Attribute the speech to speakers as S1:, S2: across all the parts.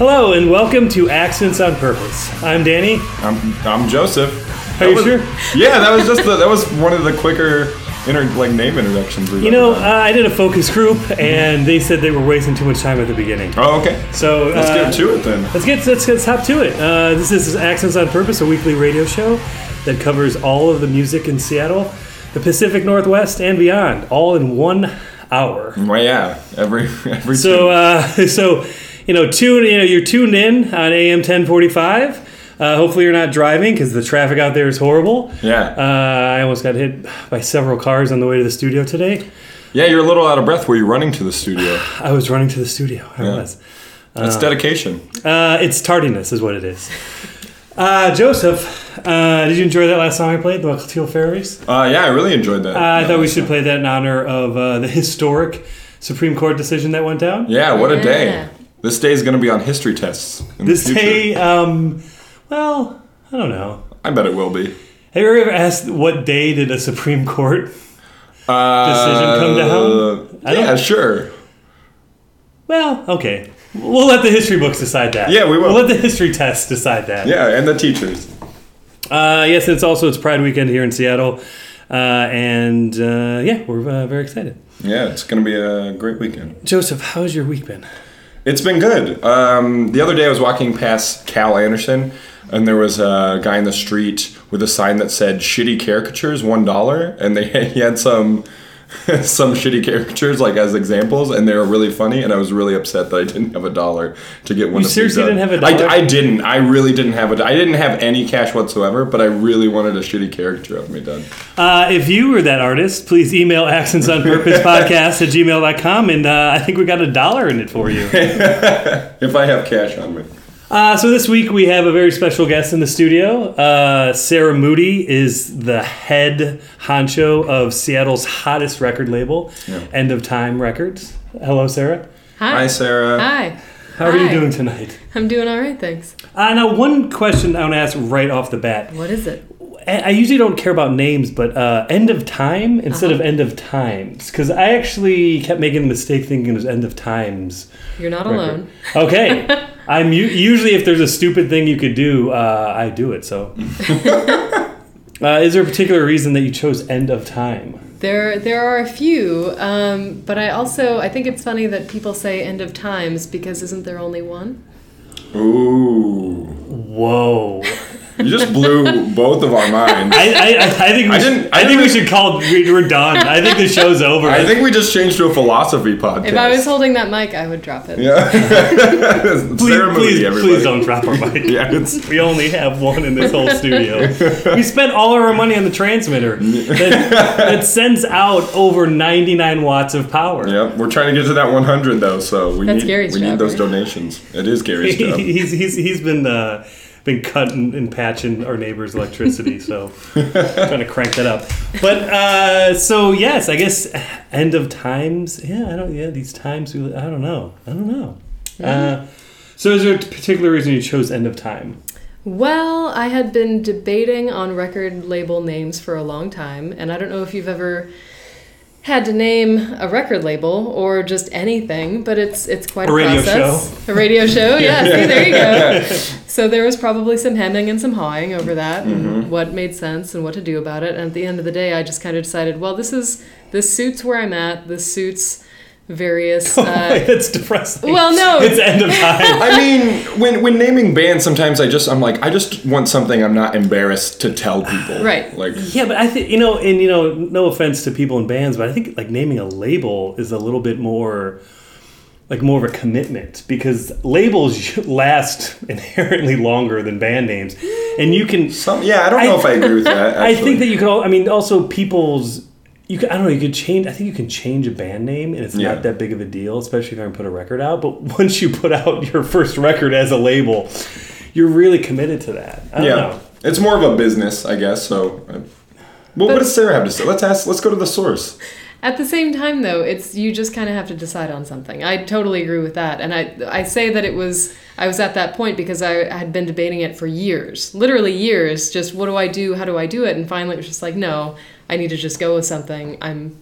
S1: Hello and welcome to Accents on Purpose. I'm Danny.
S2: I'm I'm Joseph.
S1: Are
S2: That
S1: you
S2: was-
S1: sure?
S2: Yeah, that was just the, that was one of the quicker inter, like name introductions. We've
S1: You know,
S2: ever
S1: uh,
S2: done.
S1: I did a focus group and they said they were wasting too much time at the beginning.
S2: oh, okay.
S1: So
S2: Let's
S1: uh,
S2: get to it then.
S1: Let's get let's, let's hop to it. Uh, this is Accents on Purpose, a weekly radio show that covers all of the music in Seattle, the Pacific Northwest, and beyond, all in one hour.
S2: Well, yeah. Every every.
S1: So uh, so you know tune you know you're tuned in on AM 1045. Uh, hopefully you're not driving because the traffic out there is horrible.
S2: Yeah.
S1: Uh, I almost got hit by several cars on the way to the studio today.
S2: yeah, you're a little out of breath. Were you running to the studio?
S1: I was running to the studio. I was.
S2: That's dedication.
S1: Uh, it's tardiness, is what it is. Uh, Joseph, uh, did you enjoy that last song I played, the Teal Fairies? Uh,
S2: Uh, yeah, I really enjoyed that.
S1: I
S2: that
S1: thought we
S2: was-
S1: should play that in honor of uh, the historic Supreme Court decision that went down.
S2: Yeah, what a
S3: Yeah.
S2: day. This day is going to be on history tests. In
S1: This
S2: the future.
S1: day, um, well, I don't know.
S2: I bet it will be.
S1: Have you ever asked what day did a Supreme Court?
S2: Uh,
S1: come down? I don't-
S2: Yeah, sure.
S1: Well, okay. We'll let the history books decide that.
S2: Yeah, we will.
S1: We'll let the history test decide that.
S2: Yeah, and the teachers.
S1: Uh, yes, it's also it's Pride Weekend here in Seattle, uh, and uh, yeah, we're uh, very excited.
S2: Yeah, it's going to be a great weekend.
S1: Joseph, how's your week been?
S2: It's been good. Um, the other day I was walking past Cal Anderson, and there was a guy in the street with a sign that said "shitty caricatures, one dollar," and they he had some some shitty caricatures like as examples, and they were really funny. And I was really upset that I didn't have a dollar to get one.
S1: You
S2: of these
S1: seriously
S2: done.
S1: didn't have a
S2: I-
S1: dollar?
S2: I, didn't. I really didn't have a. I didn't have any cash whatsoever, but I really wanted a shitty caricature of me done.
S1: Uh, if you were that artist, please email accents on purpose podcast at gmail.com, and uh, I think we got a dollar in it for you.
S2: If I have cash on me.
S1: Uh, so this week we have a very special guest in the studio. Uh, Sarah Moody is the head honcho of Seattle's hottest record label,
S2: Yeah.
S1: End of Time Records. Hello, Sarah.
S3: Hi.
S2: Hi, Sarah.
S3: Hi.
S1: How are you
S3: Hi.
S1: doing tonight?
S3: I'm doing all right, thanks.
S1: Uh, now, one question I want to ask right off the bat.
S3: What is it?
S1: I I usually don't care about names, but uh, End of Time instead of End of Times, because I actually kept making the mistake thinking it was End of Times.
S3: You're not alone.
S1: Okay. I'm u- usually if there's a stupid thing you could do, uh, I do it. So, uh, is there a particular reason that you chose End of Time?
S3: There, there are a few, um, but I also I think it's funny that people say end of times because isn't there only one?
S2: Ooh,
S1: Whoa!
S2: you just blew both of our minds.
S1: I, I, I I think we
S2: I
S1: should,
S2: didn't-
S1: I,
S2: I
S1: think we
S2: didn't-
S1: should call. we- We're done. I think the show's over.
S2: I think we just changed to a philosophy podcast.
S3: If I was holding that mic, I would drop it.
S2: yeah.
S1: please,
S2: Ceremony,
S1: please,
S2: everybody.
S1: please don't drop our mic.
S2: Yeah, it's
S1: We only have one in this whole studio. we spent all our money on the transmitter that, that sends out over 99 watts of power.
S2: yep. We're trying to get to that 100 though, so we
S3: That's
S2: need
S3: Gary's
S2: we
S3: job,
S2: need those
S3: right?
S2: donations. It is Gary's job.
S1: he's, he's, he's been uh, been cutting and patching our neighbor's electricity, so trying to crank that up. But uh, so yes, I guess end of times. Yeah, I don't. Yeah, these times. We, I don't know. I don't know. Uh, so is there a particular reason you chose end of time?
S3: Well, I had been debating on record label names for a long time, and I don't know if you've ever had to name a record label or just anything, but it's it's quite
S1: A
S3: a,
S1: radio
S3: process. A radio show, yeah. See, there you go. So there was probably some hemming and some hawing over that, and what made sense and what to do about it. And at the end of the day, I just kind of decided, well, this is this suits where I'm at. This suits various. Uh,
S1: That's depressing.
S3: well, no,
S1: it's end of time.
S2: I mean, when when naming bands, sometimes I just I'm like I just want something I'm not embarrassed to tell people.
S3: Right.
S2: Like
S1: Yeah, but I think you know, and you know, no offense to people in bands, but I think like naming a label is a little bit more like more of a commitment because labels last inherently longer than band names, and you can.
S2: some yeah, I don't know
S1: I-
S2: if I agree with that.
S1: I
S2: actually.
S1: think that you can. All, I mean, also people's. You can, I don't know. You could change. I think you can change a band name, and it's
S2: Yeah.
S1: not that big of a deal, especially if you haven't put a record out. But once you put out your first record as a label, you're really committed to that. I don't
S2: yeah.
S1: know.
S2: It's more of a business, I guess. So, uh, well, what does Sarah have to say? Let's ask. Let's go to the source.
S3: At the same time, though, it's you just kind of have to decide on something. I totally agree with that, and I I say that it was I was at that point because I had been debating it for years, literally years. Just what do I do? How do I do it? And finally, it was just like, no, I need to just go with something. I'm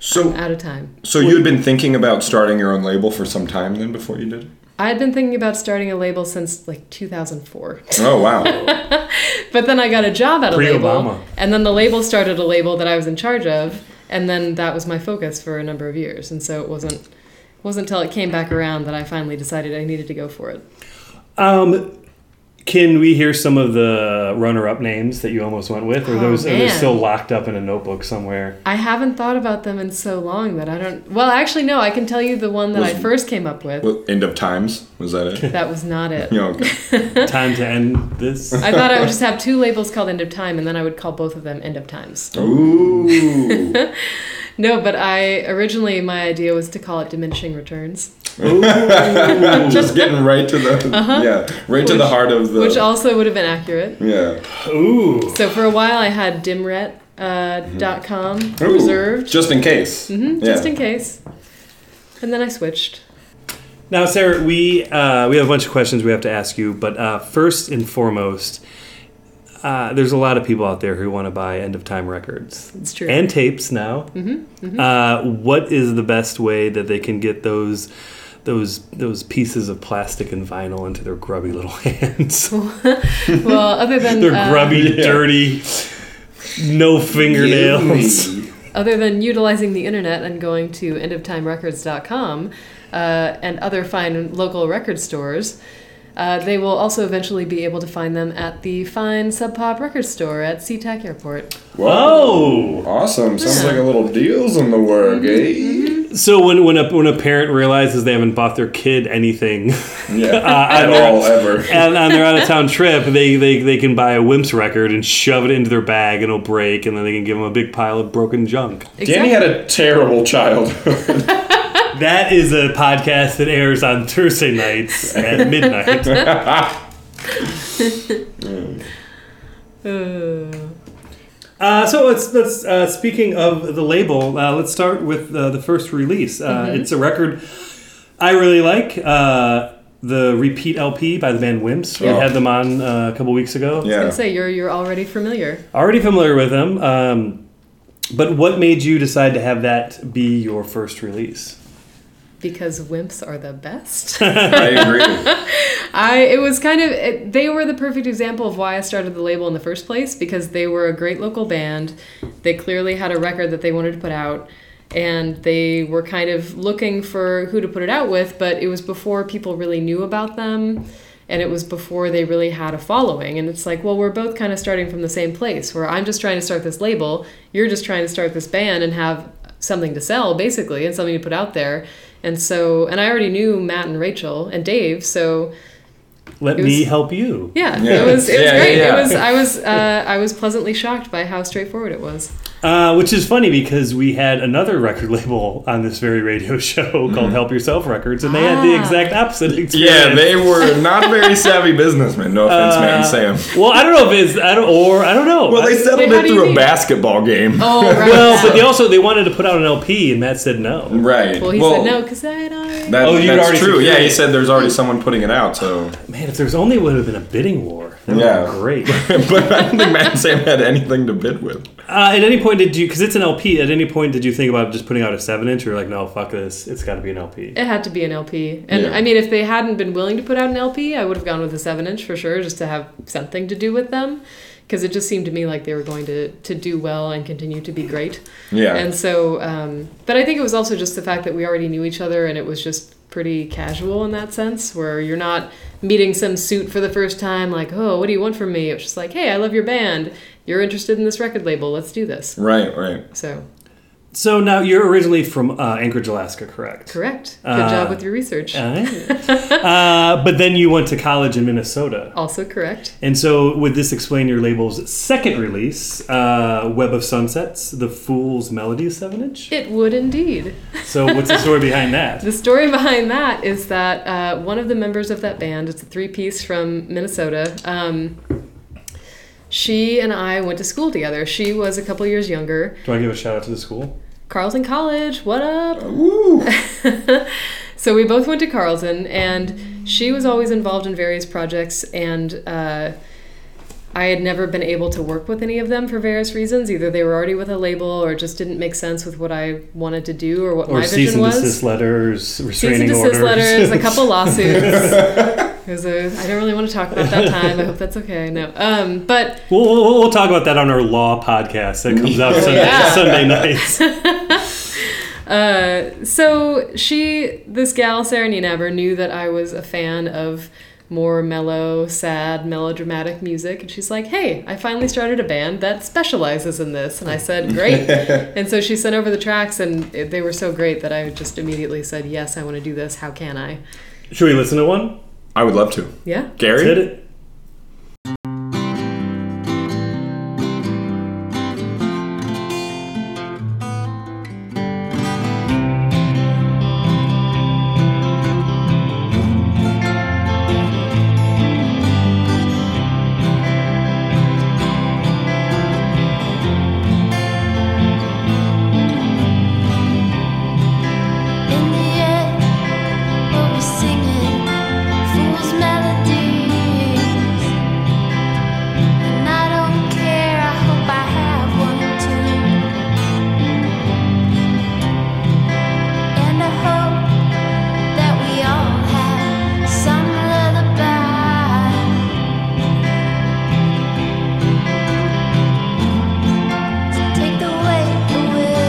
S2: So,
S3: out of time.
S2: so you had been thinking about starting your own label for some time then before you did. it?
S3: I had been thinking about starting a label since like 2004.
S2: Oh wow.
S3: But then I got a job at a label.
S1: Pre-Obama.
S3: And then the label started a label that I was in charge of, and then that was my focus for a number of years. And so it wasn't wasn't until it came back around that I finally decided I needed to go for it.
S1: Um, can we hear some of the runner-up names that you almost went with, or
S3: Oh,
S1: those are they
S3: man.
S1: still locked up in a notebook somewhere?
S3: I haven't thought about them in so long that I don't Well, actually no, I can tell you the one that I
S2: Was-
S3: first came up with.
S2: Well, End of times was that it?
S3: that was not it.
S2: You know,
S1: Time to end this.
S3: I thought I would just have two labels called End of Time and then I would call both of them End of Times.
S2: Ooh.
S3: No, but I originally my idea was to call it Diminishing Returns,
S2: Just getting right to the yeah, right to the
S3: Uh-huh. Which-
S2: heart of the
S3: which also would have been accurate.
S2: yeah.
S1: Ooh,
S3: So for a while, I had dimret.com uh, dot com
S2: Mm-hmm. Ooh,
S3: reserved
S2: just in case. Mm-hmm,
S3: just in case, and then I switched.
S1: Now, Sarah, we uh, we have a bunch of questions we have to ask you, but uh, first and foremost, uh, there's a lot of people out there who want to buy end of time records
S3: It's true.
S1: and tapes now. Mm-hmm, Uh, what is the best way that they can get those? Those those pieces of plastic and vinyl into their grubby little hands.
S3: well, other than
S1: They're
S3: uh,
S1: grubby,
S2: Yeah.
S1: dirty, no fingernails.
S3: other than utilizing the internet and going to endoftimerecords.com uh, and other fine local record stores, uh, they will also eventually be able to find them at the fine Sub Pop record store at SeaTac Airport.
S1: Oh,
S2: Awesome. Sounds
S3: Yeah. Mm-hmm,
S2: like a little deals in the work, eh?
S1: so when when a when a parent realizes they haven't bought their kid anything,
S3: mm-hmm.
S2: Yeah.
S1: I
S2: At
S1: know.
S2: all ever.
S1: and on their out of town trip, they, they they can buy a Wimps record and shove it into their bag and it'll break, and then they can give them a big pile of broken junk.
S2: Danny had a terrible childhood.
S1: That is a podcast that airs on Thursday nights at midnight.
S3: Uh,
S1: Uh, so let's let's uh, speaking of the label, uh, let's start with uh, the first release. Uh, It's a record I really like. Uh, the repeat LP by the band Wimps. We
S2: Yeah.
S1: had them on uh, a couple weeks ago.
S2: yeah.
S3: I'd say you're you're already familiar.
S1: already familiar with them. Um, but what made you decide to have that be your first release?
S3: Because wimps are the best.
S2: I agree.
S3: I it was kind of it, they were the perfect example of why I started the label in the first place because they were a great local band. They clearly had a record that they wanted to put out and they were kind of looking for who to put it out with, but it was before people really knew about them and it was before they really had a following and it's like, well, we're both kind of starting from the same place where I'm just trying to start this label, you're just trying to start this band and have something to sell basically and something to put out there. And so, and I already knew Matt and Rachel and Dave, so
S1: Let
S3: It
S1: me
S3: was-
S1: help you.
S3: yeah,
S2: Yeah.
S3: it was it was
S2: Yeah, yeah,
S3: great.
S2: yeah.
S3: It was I was uh, I was pleasantly shocked by how straightforward it was.
S1: Uh, which is funny because we had another record label on this very radio show called Help Yourself Records, and they had the
S3: Ah.
S1: exact opposite experience.
S2: Yeah, they were not very savvy businessmen. No offense, Matt and Sam.
S1: Well, I don't know if it's I don't or I don't know.
S2: Well, they
S1: I-
S2: settled
S3: Wait, how
S2: it
S3: do you
S2: through a
S3: mean?
S2: basketball game.
S3: Oh, right.
S1: well, but they also they wanted to put out an LP, and Matt said no.
S2: Right.
S3: well, he said no because I don't.
S2: That,
S1: Oh, you'd
S2: that's
S1: already
S2: true.
S1: secured
S2: Yeah, he
S1: it.
S2: said there's already someone putting it out, so.
S1: Man, if there's only would have been a bidding war. That would've
S2: Yeah.
S1: been great.
S2: but I don't think Matt and Sam had anything to bid with.
S1: Uh, at any point did you? Because it's an LP. At any point did you think about just putting out a seven inch, or like, no, fuck this, it's got to be an LP.
S3: It had to be an LP, and
S2: Yeah.
S3: I mean, if they hadn't been willing to put out an LP, I would have gone with a seven inch for sure, just to have something to do with them, because it just seemed to me like they were going to to do well and continue to be great.
S2: Yeah.
S3: And so, um, but I think it was also just the fact that we already knew each other and it was just pretty casual in that sense, where you're not meeting some suit for the first time, like, oh, what do you want from me? It's just like, hey, I love your band. You're interested in this record label. Let's do this.
S2: right, right.
S3: So,
S1: So now you're originally from uh, Anchorage, Alaska, correct?
S3: correct. Good
S1: Uh,
S3: job with your research.
S1: Alright. uh, but then you went to college in Minnesota.
S3: also correct.
S1: And so, would this explain your label's second release, uh, Web of Sunsets, The Fool's Melody 7 inch?
S3: It would indeed.
S1: So, what's the story behind that?
S3: The story behind that is that uh, one of the members of that band, it's a three piece from Minnesota, um, she and I went to school together. She was a couple years younger.
S1: Do I give a shout out to the school?
S3: Carleton College, what up?
S2: Woo!
S3: So we both went to Carleton, and she was always involved in various projects. And uh, I had never been able to work with any of them for various reasons. Either they were already with a label, or it just didn't make sense with what I wanted to do, or what
S1: Or
S3: my
S1: cease
S3: vision
S1: and
S3: was.
S1: desist letters,
S3: Cease
S1: restraining
S3: and desist
S1: orders.
S3: letters, a couple lawsuits. it was a, I don't really want to talk about that time. I hope that's okay. No, um, but
S1: We'll, we'll, we'll talk about that on our law podcast that comes out Sunday,
S3: Yeah.
S1: Sunday nights.
S3: Uh, so she, this gal, Sarah Nienaber, knew that I was a fan of more mellow, sad, melodramatic music. And she's like, hey, I finally started a band that specializes in this. And I said, great. and so she sent over the tracks, and it, they were so great that I just immediately said, yes, I want to do this. How can I?
S1: Should we listen to one?
S2: I would love to.
S3: Yeah.
S2: Gary?
S1: Let's hit it.
S4: In the air, what we're singing, fool's melodies. And I don't care. I hope I have one too. And I hope that we all have some lullaby. To take the weight away.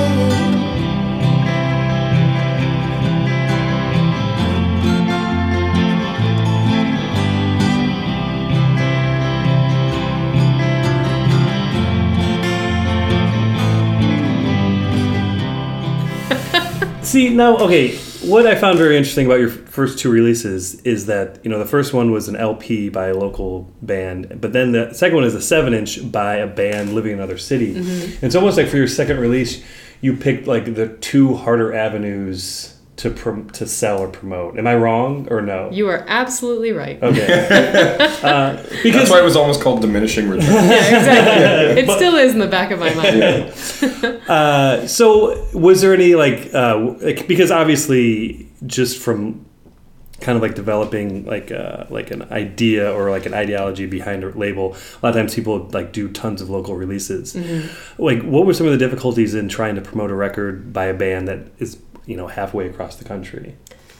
S1: See now, okay. What I found very interesting about your first two releases is that you know the first one was an LP by a local band, but then the second one is a seven-inch by a band living in another city.
S3: Mm-hmm.
S1: It's almost like for your second release, you picked like the two harder avenues to prom- to sell or promote. Am I wrong or no?
S3: You are absolutely right.
S1: okay, uh, because
S2: That's why it was almost called diminishing returns.
S3: Yeah, exactly. It still is in the back of my mind.
S1: Uh, so was there any like uh, like- because obviously just from kind of like developing like uh, like an idea or like an ideology behind a label a lot of times people like do tons of local releases like what were some of the difficulties in trying to promote a record by a band that is you know halfway across the country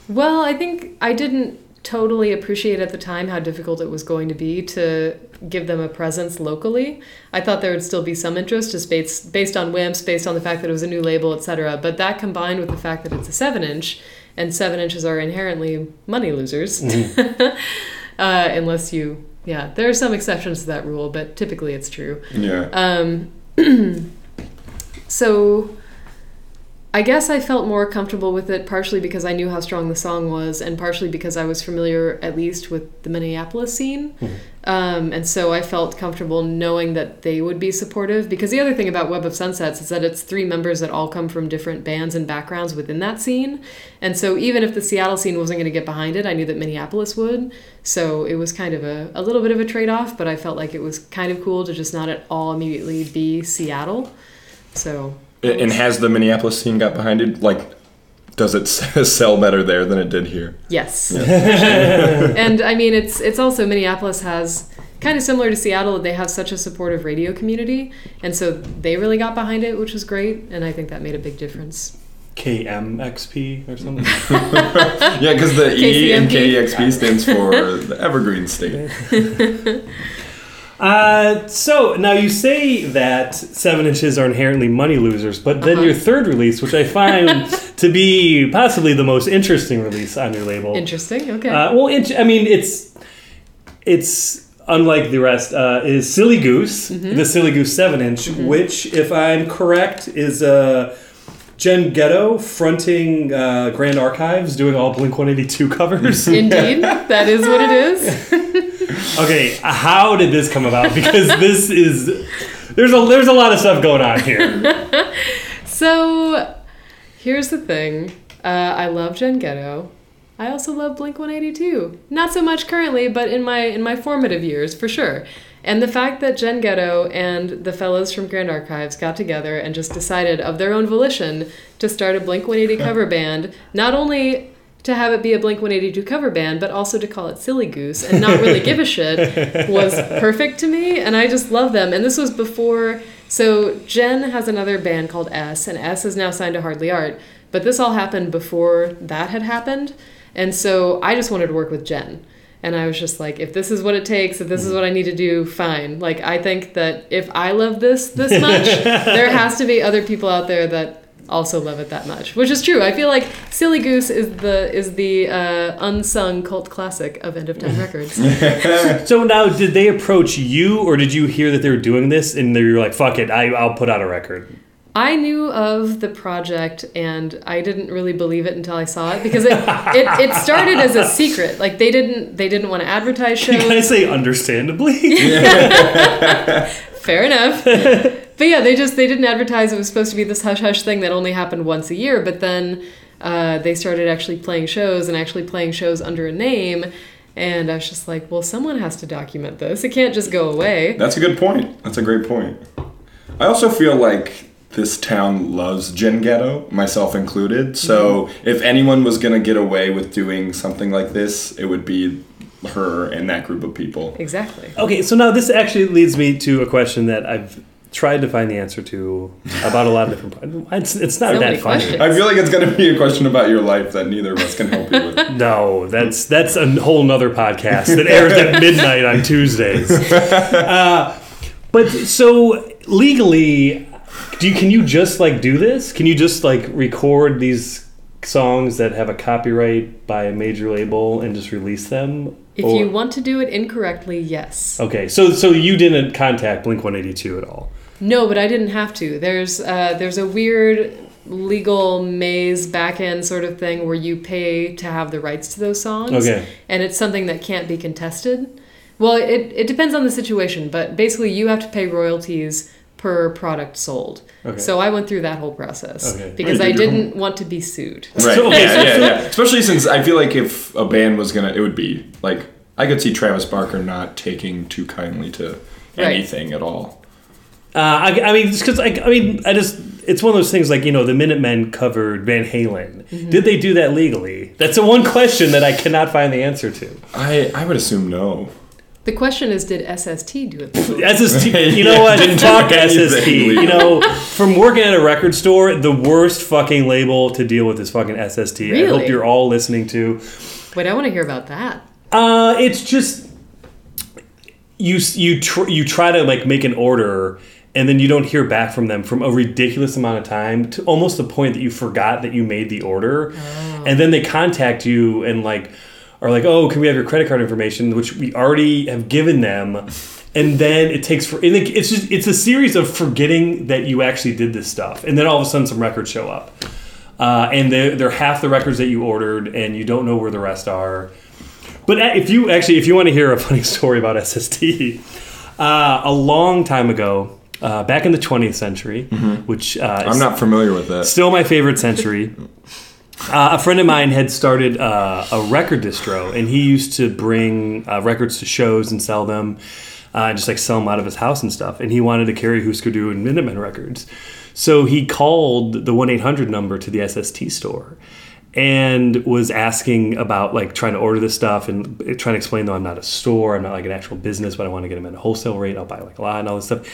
S3: Well, I think I didn't totally appreciate at the time how difficult it was going to be to give them a presence locally. I thought there would still be some interest just based, based on WIMPs, based on the fact that it was a new label, etc. But that combined with the fact that it's a 7 inch, and 7 inches are inherently money losers, uh, unless you, yeah, there are some exceptions to that rule, but typically it's true.
S2: yeah.
S3: Um, so I guess I felt more comfortable with it partially because I knew how strong the song was, and partially because I was familiar at least with the Minneapolis scene. Um, and so I felt comfortable knowing that they would be supportive. Because the other thing about Web of Sunsets is that it's three members that all come from different bands and backgrounds within that scene. And so even if the Seattle scene wasn't going to get behind it, I knew that Minneapolis would. So it was kind of a, a little bit of a trade off, but I felt like it was kind of cool to just not at all immediately be Seattle. So
S2: A- and has the Minneapolis scene got behind it? Like, does it s- sell better there than it did here?
S3: Yes. and I mean, it's it's also Minneapolis has kind of similar to Seattle. They have such a supportive radio community, and so they really got behind it, which was great. And I think that made a big difference.
S1: KMXP or something
S2: Yeah, because the E and
S3: KCMP.
S2: KEXP stands for the Evergreen State.
S1: Uh, so now you say that seven inches are inherently money losers, but then
S3: Uh-huh.
S1: your third release, which I find to be possibly the most interesting release on your label.
S3: Interesting. Okay.
S1: Uh, well, int- I mean, it's it's unlike the rest. Uh, is Silly Goose
S3: Mm-hmm.
S1: the Silly Goose seven inch, which, if I'm correct, is uh, Jen Ghetto fronting uh, Grand Archives doing all Blink 182 covers.
S3: Indeed, that is what it is.
S1: Okay, how did this come about? Because this is there's a there's a lot of stuff going on here.
S3: So here's the thing. Uh, I love Jen Ghetto. I also love Blink 182. Not so much currently, but in my in my formative years for sure. And the fact that Jen Ghetto and the fellows from Grand Archives got together and just decided of their own volition to start a Blink 180 cover band, not only to have it be a Blink 182 cover band, but also to call it Silly Goose and not really give a shit was perfect to me. And I just love them. And this was before. So Jen has another band called S, and S is now signed to Hardly Art. But this all happened before that had happened. And so I just wanted to work with Jen. And I was just like, if this is what it takes, if this is what I need to do, fine. Like, I think that if I love this this much, there has to be other people out there that also love it that much, which is true. I feel like Silly Goose is the is the uh, unsung cult classic of End of Time Records.
S1: So now, did they approach you, or did you hear that they were doing this, and they were like, "Fuck it, I, I'll put out a record"?
S3: I knew of the project and I didn't really believe it until I saw it because it, it, it started as a secret. Like they didn't they didn't want to advertise
S1: You
S3: shows.
S1: gotta say, understandably.
S3: Fair enough. but yeah, they just they didn't advertise. It was supposed to be this hush hush thing that only happened once a year. But then uh, they started actually playing shows and actually playing shows under a name. And I was just like, well, someone has to document this. It can't just go away.
S2: That's a good point. That's a great point. I also feel like this town loves Gin Ghetto, myself included. So if anyone was gonna get away with doing something like this, it would be her and that group of people.
S3: Exactly.
S1: okay, so now this actually leads me to a question that I've tried to find the answer to about a lot of different. It's, it's not
S3: So
S1: that
S3: many
S1: funny.
S3: questions.
S2: I feel like it's gonna be a question about your life that neither of us can help you with.
S1: No, that's that's a whole nother podcast that airs at midnight on Tuesdays. Uh, but so legally, do you, can you just like do this? Can you just like record these songs that have a copyright by a major label and just release them?
S3: If
S1: Or-
S3: you want to do it incorrectly, yes.
S1: okay, so so you didn't contact Blink One Eighty Two at all.
S3: No, but I didn't have to. There's uh, there's a weird legal maze back end sort of thing where you pay to have the rights to those songs.
S1: Okay.
S3: And it's something that can't be contested. Well, it, it depends on the situation, but basically you have to pay royalties per product sold.
S1: Okay.
S3: So I went through that whole process
S1: Okay.
S3: because
S2: Right,
S3: I
S2: you do.
S3: didn't want to be sued.
S2: Right.
S1: So-
S2: yeah, yeah, yeah. Especially since I feel like if a band was gonna, it would be like I could see Travis Barker not taking too kindly to
S3: Right.
S2: anything at all.
S1: Uh, I, I mean, because I, I mean, I just it's one of those things like you know the Minutemen covered Van Halen.
S2: Mm-hmm.
S1: Did they do that legally? That's the one question that I cannot find the answer to.
S2: I I would assume no.
S3: The question is did SST do it?
S1: SST, you know
S2: Yeah,
S1: what?
S2: didn't do
S1: Fuck
S2: anything
S1: SST.
S2: legal.
S1: You know, from working at a record store, the worst fucking label to deal with is fucking SST. I hope
S3: Really?
S1: you're all listening to.
S3: Wait, I want to hear about that.
S1: Uh, it's just you you tr- you try to like make an order, and then you don't hear back from them from a ridiculous amount of time to almost the point that you forgot that you made the order, and then they contact you and like are like, oh, can we have your credit card information, which we already have given them. And then it takes for and it- it's just it's a series of forgetting that you actually did this stuff, and then all of a sudden some records show up, uh, and they're, they're half the records that you ordered, and you don't know where the rest are. But a- if you actually, if you want to hear a funny story about SST, uh, a long time ago, uh, back in the 20th century, which uh, is
S2: I'm not familiar with that.
S1: still my favorite century, uh, a friend of mine had started uh, a record distro, and he used to bring uh, records to shows and sell them, uh, and just like sell them out of his house and stuff. And he wanted to carry Husker Du and Minutemen records, so he called the one eight hundred number to the SST store. And was asking about like trying to order this stuff and uh, trying to explain though I'm not a store, I'm not like an actual business, but I want to get them at a wholesale rate. I'll buy like a lot and all this stuff.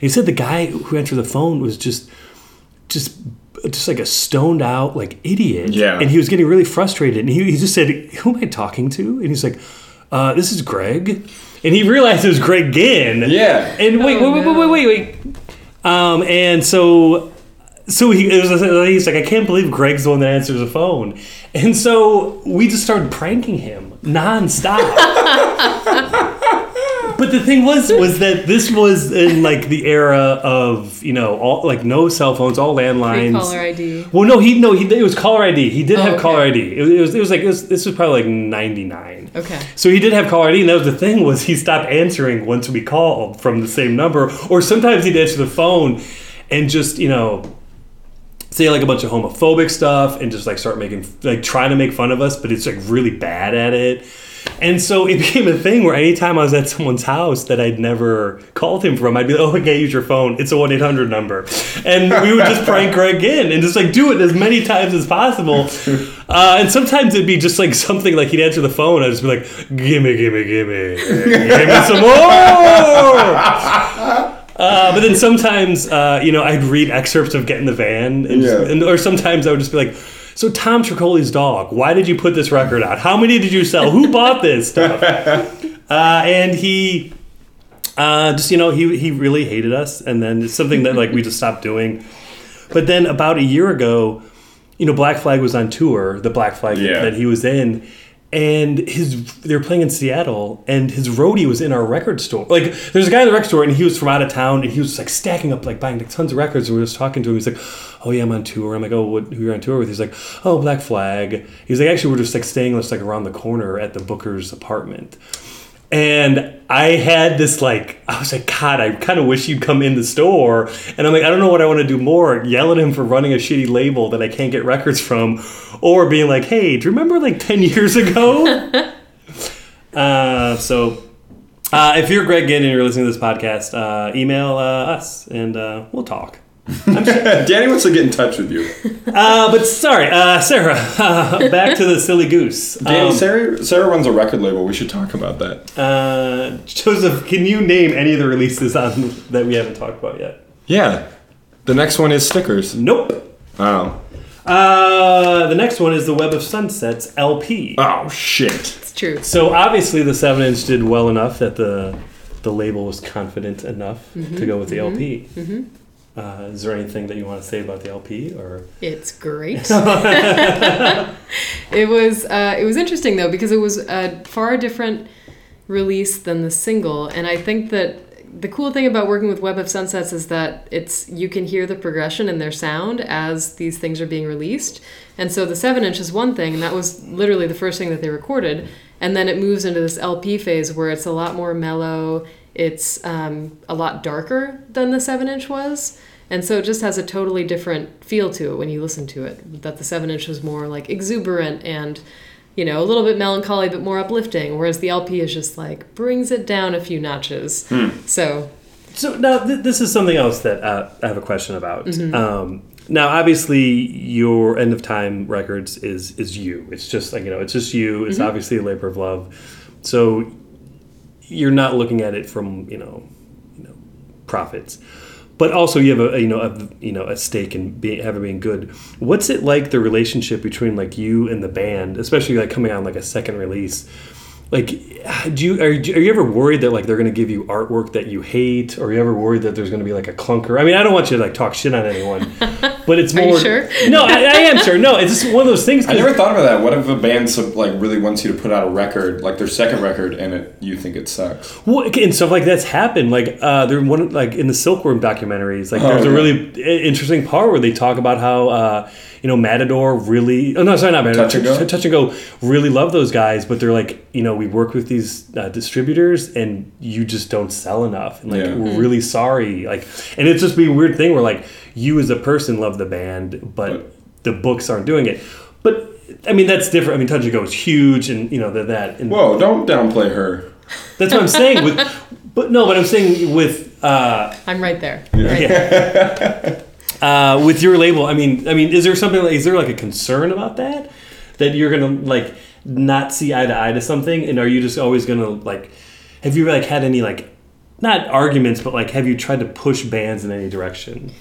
S1: He said the guy who answered the phone was just just just like a stoned out like idiot.
S2: Yeah.
S1: And he was getting really frustrated. And he, he just said, Who am I talking to? And he's like, uh, this is Greg. And he realized it was Greg Ginn.
S2: Yeah.
S1: And wait,
S3: Oh,
S1: wait,
S3: no.
S1: wait, wait, wait, wait. Um, and so so he it was he's like, I can't believe Greg's the one that answers the phone. And so we just started pranking him nonstop. But the thing was, was that this was in like the era of you know, all like no cell phones, all landlines.
S3: Pre-caller ID.
S1: Well, no, he no, he it was caller ID. He did
S3: Oh,
S1: have
S3: okay.
S1: caller ID. It, was it was like it was, this was probably like ninety nine.
S3: Okay.
S1: So he did have caller ID, and that was the thing was he stopped answering once we called from the same number, or sometimes he'd answer the phone and just you know say like a bunch of homophobic stuff and just like start making like trying to make fun of us, but it's like really bad at it. And so it became a thing where anytime I was at someone's house that I'd never called him from, I'd be like, oh, okay, use your phone. It's a 1 800 number. And we would just prank Greg in and just like do it as many times as possible. Uh, and sometimes it'd be just like something like he'd answer the phone. I'd just be like, gimme, gimme, gimme. Gimme some more. Uh, but then sometimes, uh, you know, I'd read excerpts of Get in the Van, and, just-
S2: Yeah.
S1: and- or sometimes I would just be like, "So Tom Tricoli's dog, why did you put this record out? How many did you sell? Who bought this stuff?" Uh, and he, uh, just you know, he he really hated us, and then it's something that like we just stopped doing. But then about a year ago, you know, Black Flag was on tour, the Black Flag
S2: Yeah.
S1: that he was in, and his they were playing in Seattle, and his roadie was in our record store. Like, there's a guy in the record store, and he was from out of town, and he was like stacking up, like buying like, tons of records. And we were just talking to him. He's like, "Oh yeah, I'm on tour." I'm like, "Oh, what, who you're on tour with?" He's like, "Oh, Black Flag." He's like, "Actually, we're just like staying just like around the corner at the Booker's apartment." And I had this like, I was like, God, I kind of wish you'd come in the store. And I'm like, I don't know what I want to do more, yell at him for running a shitty label that I can't get records from, or being like, Hey, do you remember like ten years ago? uh, so, uh, if you're Greg Ginn and you're listening to this podcast, uh, email uh, us and uh, we'll talk.
S2: Danny wants to get in touch with you.
S1: Uh, but sorry, uh, Sarah, back to the silly goose.
S2: Danny,
S1: Um,
S2: Sarah, Sarah runs a record label. We should talk about that.
S1: uh, Joseph, can you name any of the releases on that we haven't talked about yet?
S2: Yeah. The next one is stickers.
S1: Nope.
S2: Oh.
S1: Uh, the next one is the Web of Sunsets LP.
S2: Oh, shit.
S3: It's true.
S1: So obviously the seven inch did well enough that the the label was confident enough to go with the LP. Uh, is there anything that you want to say about the LP or?
S3: It's great. it was uh, it was interesting though because it was a far different release than the single, and I think that the cool thing about working with Web of Sunsets is that it's you can hear the progression in their sound as these things are being released, and so the seven inch is one thing, and that was literally the first thing that they recorded, and then it moves into this LP phase where it's a lot more mellow. It's um, a lot darker than the seven inch was. And so it just has a totally different feel to it when you listen to it. That the seven inch was more like exuberant and, you know, a little bit melancholy but more uplifting, whereas the LP is just like brings it down a few notches. So
S1: So now th- this is something else that uh, I have a question about. Um, now, obviously, your End of Time Records is is you. It's just like you know, it's just you. It's obviously a labor of love. So you're not looking at it from you know, you know, profits, but also you have a, a, you know a you know a stake in being having being good. What's it like the relationship between like you and the band, especially like coming on like a second release? like do you are, you- are you ever worried that like they're going to give you artwork that you hate or are you ever worried that there's going to be like a clunker i mean i don't want you to like talk shit on anyone but it's more
S3: you sure?
S1: no I, I am sure no it's just one of those things
S2: I never thought about that. What if a band sub, like really wants you to put out a record, like their second record, and it, you think it sucks?
S1: Well, okay, and stuff like that's happened. Like uh, there one like in the Silkworm documentaries, like there's a
S2: Oh, yeah.
S1: really i- interesting part where they talk about how uh, you know Matador really. Oh no, sorry, not Matador.
S2: Touch and Go?
S1: T- Touch and Go really love those guys, but they're like you know we work with these uh, distributors and you just don't sell enough, and like
S2: Yeah.
S1: we're really sorry. Like, and it's just be a weird thing where like you as a person love the band, but
S2: But-
S1: the books aren't doing it. But I mean that's different. I mean Touch and Go is huge, and you know they're that. And,
S2: Whoa! Don't downplay her.
S1: that's what I'm saying. With, but no, but I'm saying with uh,
S3: I'm right there.
S1: uh, with your label. I mean, I mean, is there something? Like, is there like a concern about that? That you're gonna like not see eye to eye to something, and are you just always gonna like? Have you like had any like? Not arguments, but like, have you tried to push bands in any direction?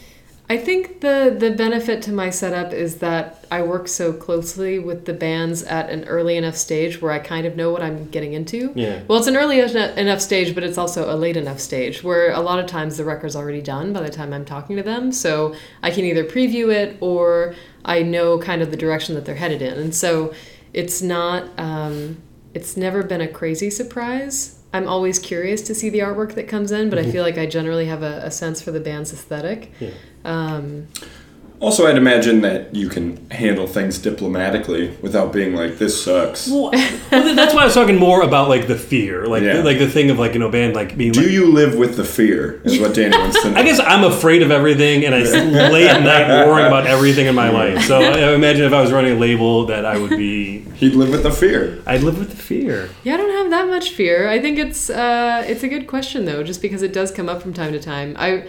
S3: I think the the benefit to my setup is that I work so closely with the bands at an early enough stage where I kind of know what I'm getting into.
S1: Yeah.
S3: Well, it's an early eno- enough stage, but it's also a late enough stage where a lot of times the record's already done by the time I'm talking to them. So I can either preview it or I know kind of the direction that they're headed in, and so it's not. Um, it's never been a crazy surprise. I'm always curious to see the artwork that comes in, but I feel like I generally have a, a sense for the band's aesthetic.
S2: Also, I'd imagine that you can handle things diplomatically without being like, this sucks.
S1: Well, well, that's why I was talking more about like the fear, like
S2: Yeah.
S1: like the thing of like you know, band like being.
S2: Do
S1: like,
S2: you live with the fear? Is what Danny wants to know.
S1: I guess I'm afraid of everything, and I s- lay at night worrying about everything in my life. So I imagine if I was running a label, that I would be.
S2: He'd live with the fear.
S1: I'd live with the fear.
S3: Yeah, I don't have that much fear. I think it's uh, it's a good question though, just because it does come up from time to time. I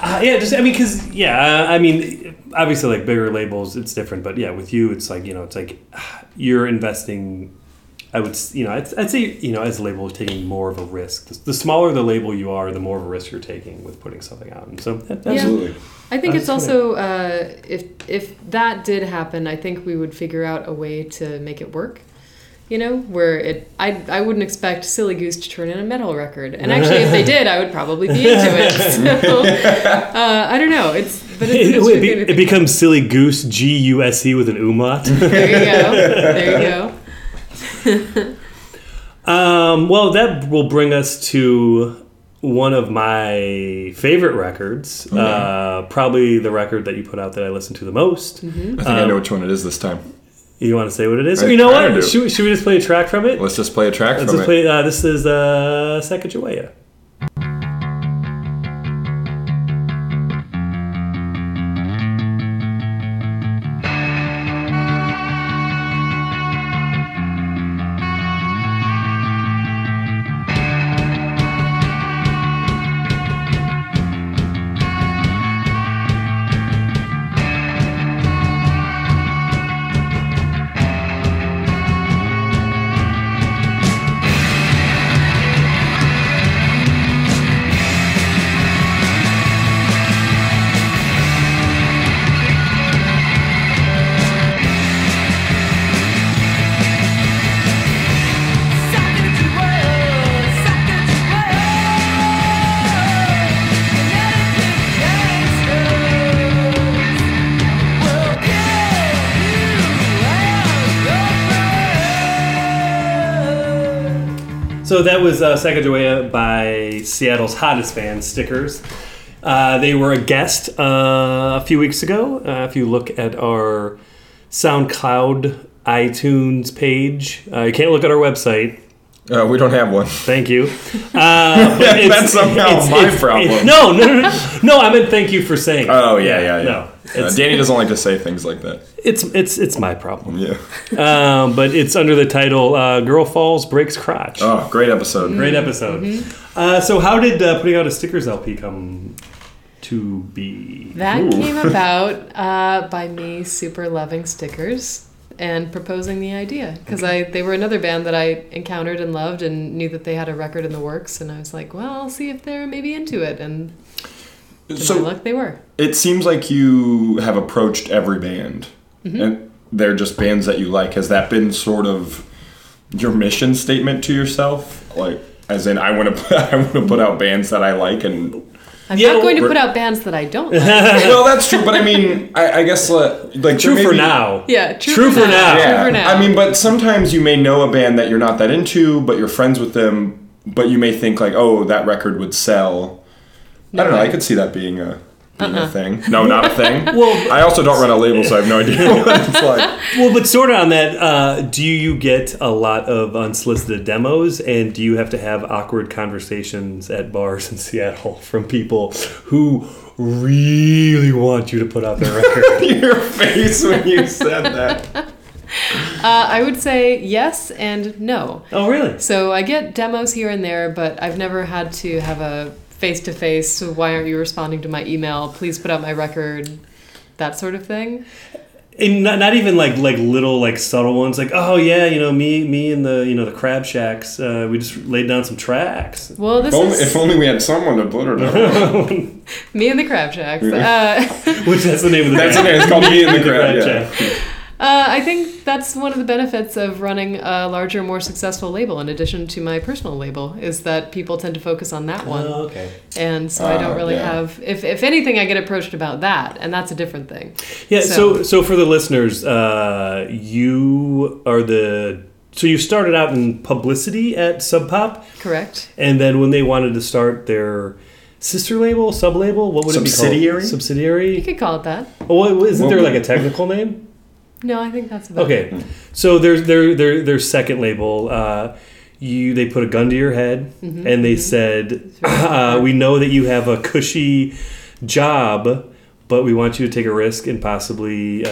S1: Uh, yeah, just I mean, because yeah, uh, I mean, obviously, like bigger labels, it's different. But yeah, with you, it's like you know, it's like ah, you're investing. I would, s- you know, I'd, I'd say you know, as a label, taking more of a risk. The, the smaller the label you are, the more of a risk you're taking with putting something out. And so, that, that's,
S2: Absolutely.
S3: I think
S1: I was
S3: it's also uh, if if that did happen, I think we would figure out a way to make it work. You know, where it I I wouldn't expect Silly Goose to turn in a metal record, and actually, if they did, I would probably be into it. So uh, I don't know. It's but it's,
S1: it,
S3: it's
S1: it, be-
S3: tricky to
S1: it becomes silly goose G U S E with an umlaut.
S3: think- there you go. There you go.
S1: um, well, that will bring us to one of my favorite records.
S2: Oh,
S1: Uh, probably the record that you put out that I listen to the most.
S2: I think I know which one it is this time.
S1: You want to say what it is?
S2: I
S1: you know
S2: kinda
S1: what?
S2: do.
S1: Should, we- should we just play a track from it?
S2: Let's just play a track
S1: Let's
S2: from
S1: just
S2: it.
S1: play. Uh, this is uh, Sacagawea. So that was uh, Sacagawea by Seattle's hottest band, Stickers. Uh, they were a guest uh, a few weeks ago. Uh, if you look at our SoundCloud iTunes page, uh, you can't look at our website.
S2: Uh, we don't have one.
S1: Thank you. Uh, but it's-
S2: That's somehow my problem.
S1: no, no, no, no, no. I meant thank you for saying. it.
S2: Oh yeah, yeah, yeah.
S1: No,
S2: Uh,
S1: it's,
S2: Danny doesn't like to say things like that.
S1: it's it's it's my problem.
S2: Yeah.
S1: um, but it's under the title uh, "Girl Falls Breaks Crotch."
S2: Oh, great episode.
S1: Great episode. Uh, so, how did uh, putting out a stickers LP come to be?
S3: That
S2: Ooh.
S3: came about uh, by me super loving stickers and proposing the idea because I they were another band that I encountered and loved and knew that they had a record in the works and I was like, well, I'll see if they're maybe into it and to
S2: So
S3: my luck they were.
S2: it seems like you have approached every band, and they're just bands that you like. Has that been sort of your mission statement to yourself? Like, as in, I want to, I want to put out bands that I like, and
S3: I'm
S1: Yeah,
S3: not going to
S2: we're-
S3: put out bands that I don't. like.
S2: well, that's true. But I mean, I, I guess uh, like there
S1: True
S2: may
S1: for
S2: be-
S1: now.
S3: Yeah, true,
S1: True for now.
S2: Yeah,
S3: True for now.
S2: I mean, but sometimes you may know a band that you're not that into, but you're friends with them, but you may think like, oh, that record would sell. I don't know. I could see that being a. Being
S1: Uh-uh.
S2: a thing? No, not a thing.
S1: Well-
S2: I also don't run a label, so I have no idea what it's like.
S1: Well, but sort of on that, uh, do you get a lot of unsolicited demos, and do you have to have awkward conversations at bars in Seattle from people who really want you to put out their record?
S2: Your face when you said that.
S3: uh, I would say yes and no.
S1: oh, really?
S3: So I get demos here and there, but I've never had to have a face to face. So why aren't you responding to my email? Please put out my record. That sort of thing.
S1: and not, not even like like little like subtle ones like oh yeah you know me me and the you know the crab shacks uh, we just laid down some tracks
S3: Well, this
S2: Only,
S3: is
S2: if only we had someone to put it on.
S3: me and the crab shacks. Uh,
S1: which that's the name of the
S2: That's
S1: band.
S2: okay. It's called Me and the Crab.
S1: Crab
S2: Yeah.
S1: Shack.
S3: uh, I think that's one of the benefits of running a larger, more successful label. In addition to my personal label, is that people tend to focus on that one,
S1: Oh, okay
S3: and so I
S2: Ah,
S3: don't really
S2: Uh, yeah.
S3: have. If if anything, I get approached about that, and that's a different thing.
S1: yeah so so,
S3: So-
S1: for the listeners uh, you are the so you started out in publicity at sub pop
S3: Correct.
S1: and then when they wanted to start their sister label, sub label? What would
S2: Subsidiary?
S1: it be called? Subsidiary.
S3: You could call it that.
S1: Well, what- isn't
S2: What
S1: there
S2: would-
S1: like a technical name?
S3: No, Hmm. I think that's about
S1: Okay, so their their their their second label. Uh, you they put a gun to your head
S3: Mm-hmm.
S1: and they said, uh, "We know that you have a cushy job, but we want you to take a risk and possibly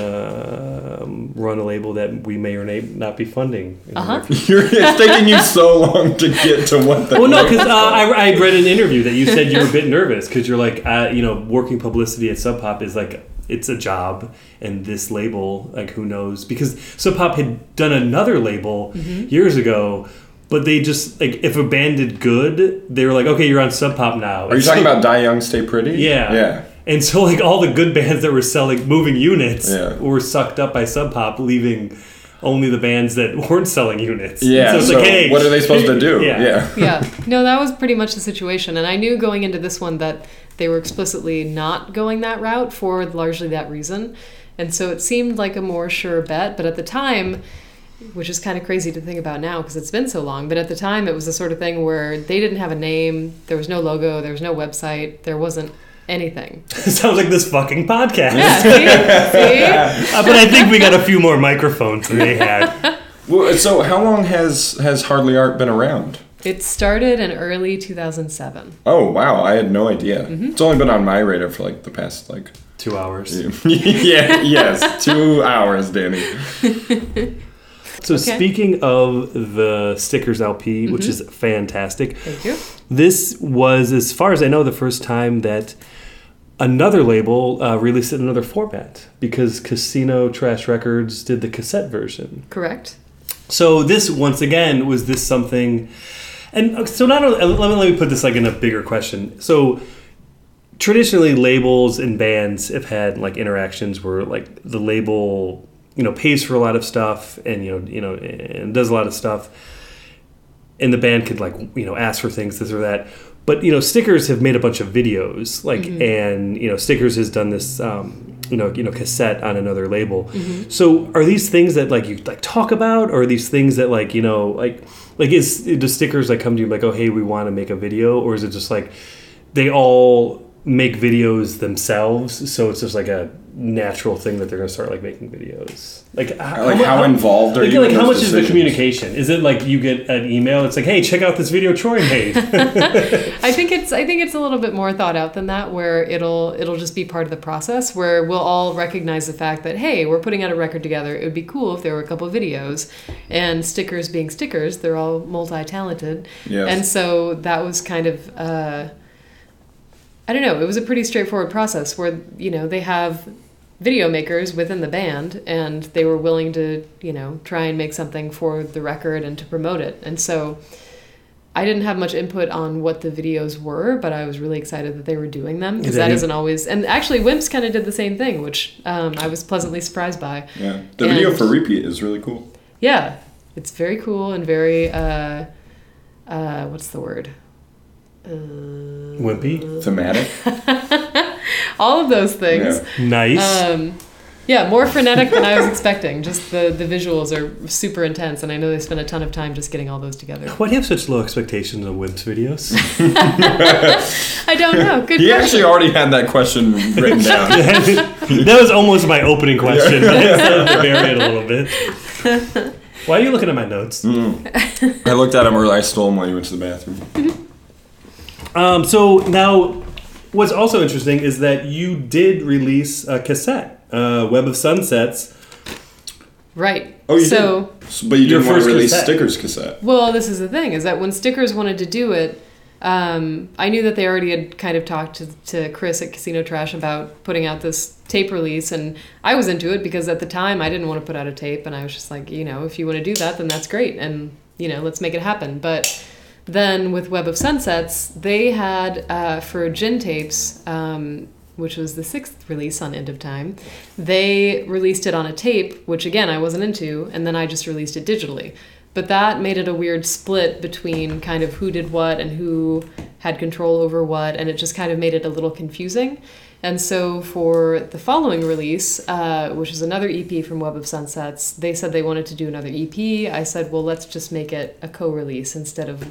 S1: um run a label that we may or may not be funding." in the
S3: Uh-huh.
S1: near future."
S2: You're, it's taking you so long to get to what the.
S1: Well, no, because uh, I, I read an interview that you said you were a bit nervous because you're like, uh, you know, working publicity at Sub Pop is like it's a job, and this label, like, who knows? Because Sub Pop had done another label years ago. But they just like if a band did good, they were like, okay, you're on Sub Pop now.
S2: Are you talking about Die Young, Stay Pretty?
S1: Yeah.
S2: Yeah.
S1: And so like all the good bands that were selling moving units
S2: Yeah.
S1: were sucked up by Sub Pop, leaving only the bands that weren't selling units. And
S2: Yeah,
S1: it's
S2: so what are they supposed to do? Yeah.
S3: yeah. No, that was pretty much the situation. And I knew going into this one that they were explicitly not going that route for largely that reason. And so it seemed like a more sure bet. But at the time, which is kind of crazy to think about now because it's been so long, but at the time it was the sort of thing where they didn't have a name, there was no logo, there was no website, there wasn't anything.
S1: Sounds like this fucking podcast.
S3: Yeah, see? see?
S1: Uh, but I think we got a few more microphones than they had.
S2: Well, so how long has has Hardly Art been around?
S3: It started in early 2007.
S2: Oh wow, I had no idea.
S3: Mm-hmm.
S2: It's only been on my radar for like the past like.
S1: Two hours.
S2: yeah. Yes. Two hours, Danny.
S1: So speaking of the stickers LP, which is fantastic,
S3: Thank you.
S1: this was, as far as I know, the first time that another label uh, released it in another format because Casino Trash Records did the cassette version.
S3: Correct?
S1: So this once again was this something, and uh, so not only let me let me put this like in a bigger question. So traditionally, labels and bands have had like interactions where like the label you know pays for a lot of stuff and you know you know and does a lot of stuff, and the band could like you know ask for things this or that. But you know, stickers have made a bunch of videos, like, and you know, stickers has done this, um, you know, you know, cassette on another label. So, are these things that like you like talk about, or are these things that like you know, like, like is does stickers like come to you like, oh hey, we want to make a video, or is it just like they all make videos themselves, so it's just like a natural thing that they're gonna start like making videos. Like, h- how,
S2: Like,
S1: mu-
S2: how involved are
S1: like,
S2: you
S1: Like,
S2: in
S1: how
S2: those
S1: much is the
S2: decisions?
S1: communication? Is it like you get an email? It's like, hey, check out this video Troy made.
S3: I think it's I think it's a little bit more thought out than that where it'll it'll just be part of the process where we'll all recognize the fact that hey, we're putting out a record together. It would be cool if there were a couple of videos and stickers being stickers, they're all multi-talented.
S2: Yes.
S3: And so that was kind of uh I don't know, it was a pretty straightforward process where, you know, they have video makers within the band and they were willing to, you know, try and make something for the record and to promote it. And so I didn't have much input on what the videos were, but I was really excited that they were doing them because
S1: Is that
S3: that
S1: it?
S3: isn't always. And actually, Wimps kind of did the same thing, which um, I was pleasantly surprised by.
S2: Yeah. The video
S3: And-
S2: for repeat is really cool.
S3: Yeah, it's very cool and very uh, uh, what's the word? Uh,
S1: Wimpy.
S2: Thematic.
S3: all of those things.
S2: Yeah.
S1: Nice.
S3: Um, yeah, more frenetic than I was expecting. Just the, the visuals are super intense, and I know they spent a ton of time just getting all those together.
S1: Why do you have such low expectations of Wimps videos?
S3: I don't know. Good
S2: He
S3: question.
S2: actually already had that question written down.
S1: that was almost my opening question. I bury it a little bit. Why are you looking at my notes?
S2: Mm. I looked at him earlier. I stole him when he went to the bathroom.
S1: Um, so now, what's also interesting is that you did release a cassette, uh, Web of Sunsets.
S3: Right.
S2: Oh, you
S3: so,
S2: did. S- But you
S1: Your
S2: didn't want
S1: first
S2: to release
S1: cassette.
S2: stickers cassette.
S3: Well, this is the thing is that when Stickers wanted to do it, um, I knew that they already had kind of talked to, to Chris at Casino Trash about putting out this tape release, and I was into it because at the time I didn't want to put out a tape, and I was just like, you know, if you want to do that, then that's great, and you know, let's make it happen. But then with Web of Sunsets, they had uh, for Gin Tapes. Um, which was the sixth release on End of Time, they released it on a tape, which again I wasn't into, and then I just released it digitally. But that made it a weird split between kind of who did what and who had control over what, and it just kind of made it a little confusing. And so for the following release, uh, which is another EP from Web of Sunsets, they E said they wanted to do another EP. I said, well, let's just make it a co release instead of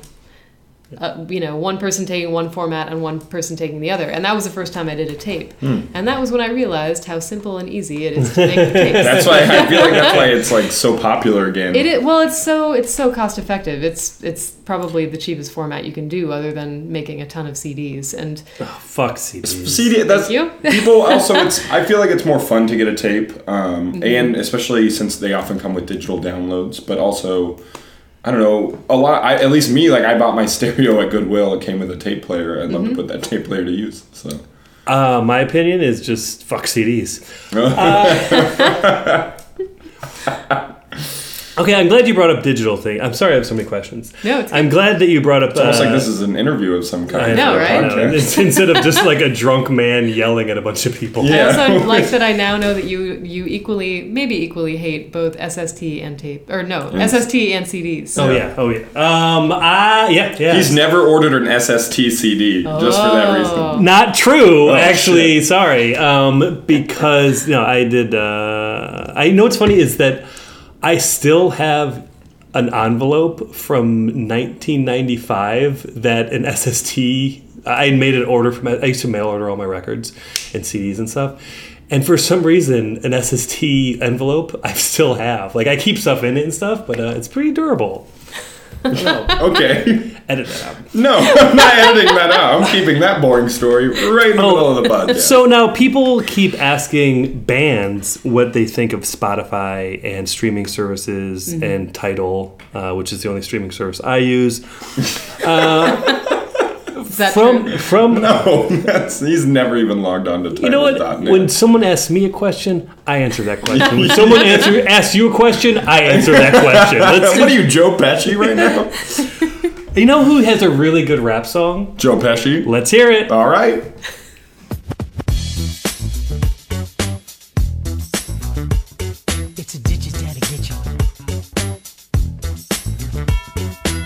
S3: uh, you know, one person taking one format and one person taking the other. And that was the first time I did a tape.
S1: Hmm.
S3: And that was when I realized how simple and easy it is to make tapes.
S2: That's why I feel like that's why it's like so popular again.
S3: It is, well, it's so it's so cost effective. It's it's probably the cheapest format you can do, other than making a ton of CDs. And
S1: Fuck CDs.
S2: CD. That's
S3: you.
S2: people. Also, it's. I feel like it's more fun to get a tape, um,
S3: Mm-hmm.
S2: and especially since they often come with digital downloads. But also, I don't know. A lot. I, at least me, like I bought my stereo at Goodwill. It came with a tape player. I'd
S3: Mm-hmm.
S2: love to put that tape player to use. So
S1: Uh, my opinion is just fuck CDs.
S3: Uh,
S1: Okay, I'm glad you brought up digital thing. I'm sorry I have so many questions.
S3: No, it's
S1: I'm glad that you brought up.
S2: almost
S1: uh,
S2: like this is an interview of some kind.
S1: I
S2: for
S3: know,
S2: a
S3: right?
S1: I know.
S2: podcast.
S1: It's instead of just like a drunk man yelling at a bunch of people.
S2: Yeah.
S3: I also like that I now know that you you equally maybe equally hate both SST and tape or no SST and CDs.
S1: Oh yeah. Oh yeah. Um. I yeah. Yeah.
S2: He's never ordered an SST CD just for that reason.
S1: Not true,
S2: Oh,
S1: actually.
S2: shit.
S1: Sorry, um, because no, I did. Uh, I know what's funny is that I still have an envelope from 1995 that an SST. I had made an order from. I used to mail order all my records and CDs and stuff. And for some reason, an SST envelope I still have. Like I keep stuff in it and stuff, but uh, it's pretty durable.
S3: Oh.
S2: Okay.
S1: Edit that out.
S2: No, I'm not editing that out. I'm keeping that boring story right in the
S3: Oh.
S2: middle of the bud.
S1: So now people keep asking bands what they think of Spotify and streaming services
S2: Mm-hmm.
S1: and Tidal, uh, which is the only streaming service I use.
S3: Is that true?
S1: From from
S2: No, Oh, that's, he's never even logged on to Tidal.net.
S1: you know what? When someone asks me a question, I answer that question. When someone answer asks you a question, I answer that question. Let's-
S2: what are you, Joe Pesci right now?
S1: you know who has a really good rap song?
S2: Joe Pesci?
S1: Let's hear it.
S2: All right.
S5: It's a digit that'll get you.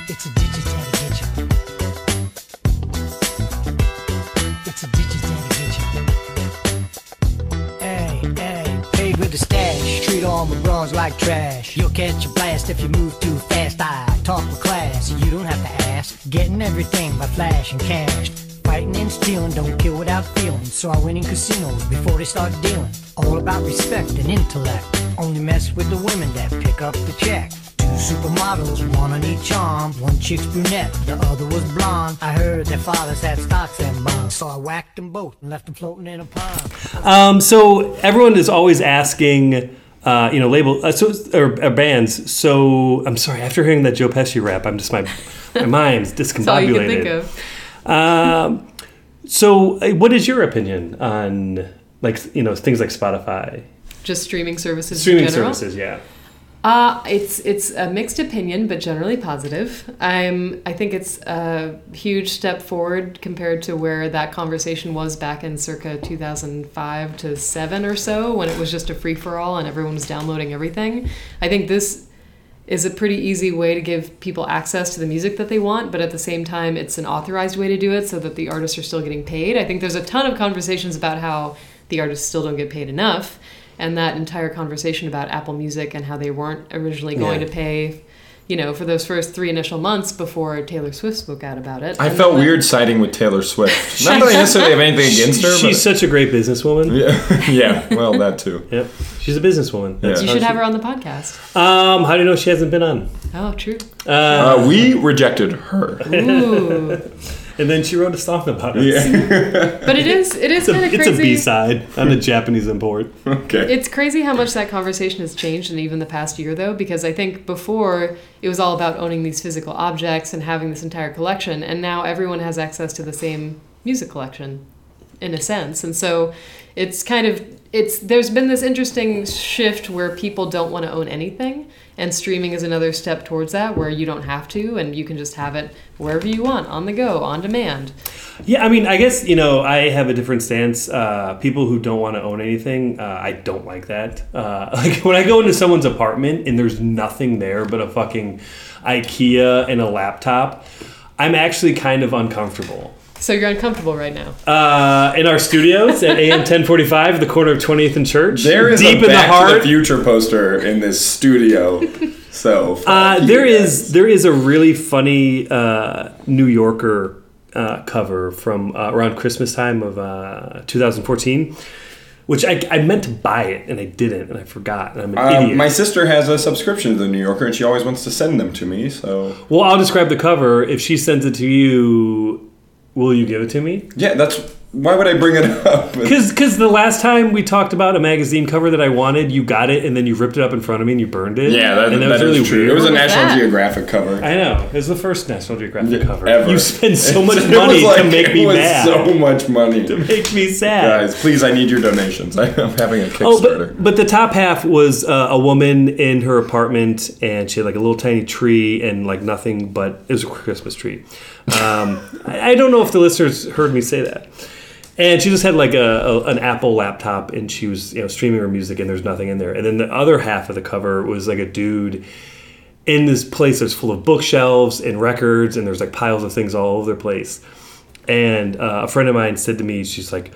S5: It's a digit that'll get you. It's a digit that'll get you. Hey, hey, paid with the stash. Treat all my bronze like trash. You'll catch a blast if you move too fast. I talk with class, you don't have to ask. Getting everything by flash and cash. Fighting and stealing, don't kill without feeling. So I win in casinos before they start dealing. All about respect and intellect. Only mess with the women that pick up the check. Two supermodels, one on each arm. One chick's brunette, the other was blonde. I heard their fathers had stocks and bonds, so I whacked them both and left them floating in a pond.
S1: Um, so everyone is always asking, uh, you know, label uh, so or, or bands. So I'm sorry. After hearing that Joe Pesci rap, I'm just my my mind's discombobulated.
S3: That's all you can think of.
S1: Um, so uh, what is your opinion on like you know things like Spotify,
S3: Just streaming services.
S1: streaming
S3: in general?
S1: services? Yeah.
S3: Uh, it's it's a mixed opinion, but generally positive. I'm I think it's a huge step forward compared to where that conversation was back in circa 2005 to seven or so, when it was just a free for all and everyone was downloading everything. I think this is a pretty easy way to give people access to the music that they want, but at the same time, it's an authorized way to do it so that the artists are still getting paid. I think there's a ton of conversations about how the artists still don't get paid enough, and that entire conversation about Apple Music and how they weren't originally going
S1: Yeah.
S3: to pay. You know, for those first three initial months before Taylor Swift spoke out about it.
S2: I
S3: And
S2: felt
S3: then-
S2: weird siding with Taylor Swift. Not that I necessarily have anything against her,
S1: She's such a great businesswoman.
S2: but. Yeah, well, that too.
S1: Yep. She's a businesswoman. That's-
S3: You
S2: Yeah.
S3: should have her on the podcast.
S1: Um, how do you know she hasn't been on?
S3: Oh, true.
S2: Uh, we rejected her.
S3: Ooh.
S1: And then she wrote a song about it.
S2: Yeah.
S3: but it is it is
S1: It's
S3: kind
S1: a,
S3: of
S1: it's a
S3: crazy.
S1: B-side on a Japanese import.
S2: Okay.
S3: It's crazy how much that conversation has changed in even the past year, though, because I think before it was all about owning these physical objects and having this entire collection, and now everyone has access to the same music collection, in a sense. And so, it's kind of it's there's been this interesting shift where people don't want to own anything, and streaming is another step towards that, where you don't have to, and you can just have it wherever you want, on the go, on demand.
S1: Yeah, I mean, I guess you know, I have a different stance. Uh, people who don't want to own anything, uh, I don't like that. Uh, like when I go into someone's apartment and there's nothing there but a fucking IKEA and a laptop, I'm actually kind of uncomfortable.
S3: So you're uncomfortable right now.
S1: Uh, in our studios at AM 1045, the corner of 20th and Church,
S2: There is
S1: deep
S2: a
S1: in the
S2: Back to
S1: heart.
S2: the Future poster in this studio So fuck
S1: Uh,
S2: you
S1: there
S2: guys.
S1: is there is a really funny uh, New Yorker uh, cover from uh, around Christmas time of uh, 2014, which I, I meant to buy it and I didn't and I forgot and I'm an
S2: Um,
S1: idiot.
S2: my sister has a subscription to the New Yorker, and she always wants to send them to me. So
S1: well, I'll describe the cover. If she sends it to you, will you give it to me?
S2: yeah, that's why would I bring it up?
S1: Because the last time we talked about a magazine cover that I wanted, you got it and then you ripped it up in front of me and you burned it.
S2: Yeah, that,
S1: and
S2: that is true. It was a
S3: What was
S2: National
S3: that?
S2: Geographic cover.
S1: I know. It was the first National Geographic cover.
S2: Ever.
S1: You spend so much
S2: It was
S1: money
S2: like-
S1: to make me
S2: It was
S1: mad.
S2: so much money.
S1: Make me sad.
S2: Guys, please, I need your donations. I'm having a
S1: Oh,
S2: Kickstarter.
S1: but, but the top half was uh, a woman in her apartment, and she had like a little tiny tree and like nothing but it was a Christmas tree. Um, I, I don't know if the listeners heard me say that. And she just had like a, a an Apple laptop, and she was you know streaming her music, and there's nothing in there. And then the other half of the cover was like a dude in this place that's full of bookshelves and records, and there's like piles of things all over the place. And uh, a friend of mine said to me, she's like,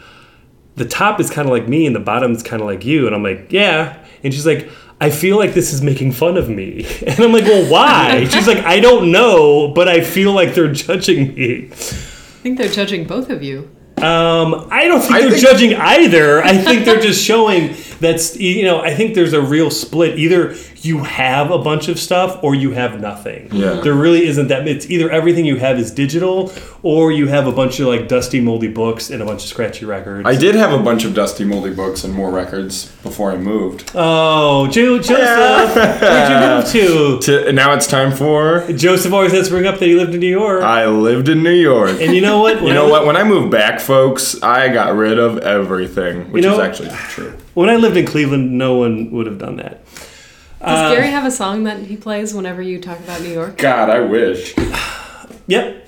S1: the top is kind of like me and the bottom's kind of like you. And I'm like, yeah. And she's like, I feel like this is making fun of me. And I'm like, well, why? she's like, I don't know, but I feel like they're judging me.
S3: I think they're judging both of you.
S1: Um, I don't think
S2: I
S1: they're
S2: think-
S1: judging either. I think they're just showing that's, you know, I think there's a real split. Either you have a bunch of stuff or you have nothing.
S2: Yeah.
S1: There really isn't that. It's either everything you have is digital or you have a bunch of like dusty, moldy books and a bunch of scratchy records.
S2: I did have a bunch of dusty, moldy books and more records before I moved.
S1: Oh, Joe, Joseph, where'd you move
S2: To, and now it's time for
S1: to? Joseph always has to bring up that he lived in New York.
S2: I lived in New York.
S1: and you know what?
S2: Uh, You know what? When I moved back, folks, I got rid of everything, which
S1: You know-
S2: is actually true.
S1: When I lived in Cleveland, no one would have done that.
S3: Does Gary have a song that he plays whenever you talk about New York?
S2: God, I wish.
S1: Yep.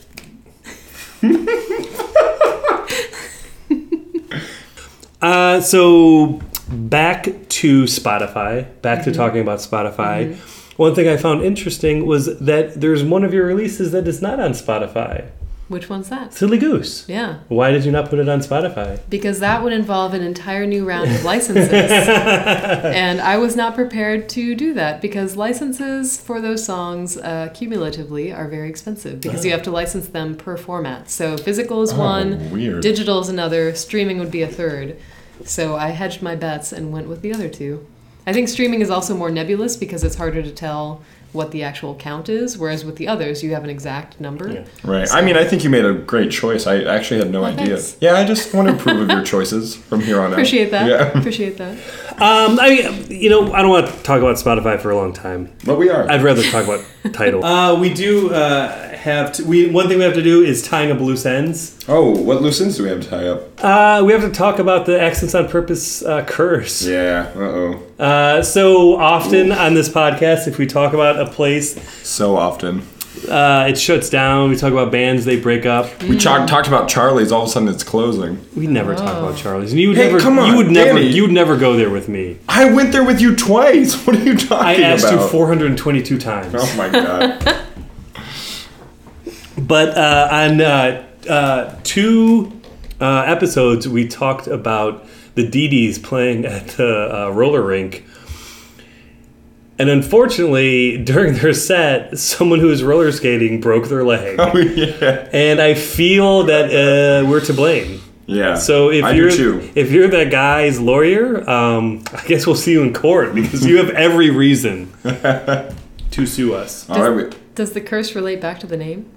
S1: uh, so back to Spotify, back
S2: Mm-hmm.
S1: to talking about Spotify. One thing I found interesting was that there's one of your releases that is not on Spotify.
S3: Which one's that?
S1: Silly Goose.
S3: Yeah,
S1: Why did you not put it on Spotify?
S3: because that would involve an entire new round of licenses. and I was not prepared to do that because licenses for those songs uh, cumulatively are very expensive because you have to license them per format. So physical is one,
S2: weird.
S3: digital is another, streaming would be a third. So I hedged my bets and went with the other two. I think streaming is also more nebulous because it's harder to tell what the actual count is, whereas with the others, you have an exact number.
S2: Right. I mean, I think you made a great choice. I actually had no idea.
S3: thanks.
S2: Yeah, I just want to approve of your choices from here on out.
S3: Appreciate that.
S2: Yeah.
S3: Appreciate that.
S1: Um, I, you know, I don't want to talk about Spotify for a long time.
S2: But we are.
S1: I'd rather talk about title. Uh, we do uh, have to. We one thing we have to do is tying up loose ends.
S2: oh, what loose ends do we have to tie up?
S1: Uh, we have to talk about the accents on purpose uh, curse.
S2: Yeah. Uh oh.
S1: Uh, so often on this podcast, if we talk about a place,
S2: So often.
S1: uh, it shuts down. We talk about bands, they break up.
S3: Mm.
S2: We cha- talked about Charlie's. All of a sudden, it's closing.
S1: We never talk about Charlie's, and you would
S2: Hey,
S1: never,
S2: come on,
S1: you would never,
S2: Danny.
S1: you would never go there with me.
S2: I went there with you twice. What are you
S1: I
S2: talking
S1: asked
S2: about?
S1: you 422 times.
S2: Oh my god.
S1: But uh, on uh, uh, two uh, episodes, we talked about the Dee Dees playing at the uh, roller rink. And unfortunately, during their set, someone who was roller skating broke their leg.
S2: Oh, yeah.
S1: and I feel that uh, we're to blame.
S2: Yeah.
S1: So if
S2: I do
S1: you're
S2: too.
S1: if you're that guy's lawyer, um, I guess we'll see you in court because you have every reason to sue us.
S2: All right.
S3: Does the curse relate back to the name?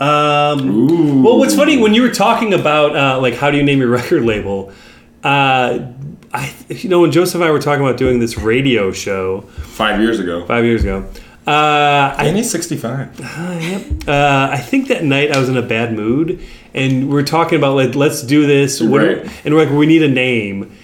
S1: Um,
S2: We, ooh.
S1: Well, what's funny when you were talking about uh, like how do you name your record label? Uh, I, you know, when Joseph and I were talking about doing this radio show
S2: Five years ago.
S1: five years ago, uh, I,
S2: And he's 65.
S1: uh, I think that night I was in a bad mood, and we are talking about like let's do this, what do-
S2: Right.
S1: and we're like we need a name.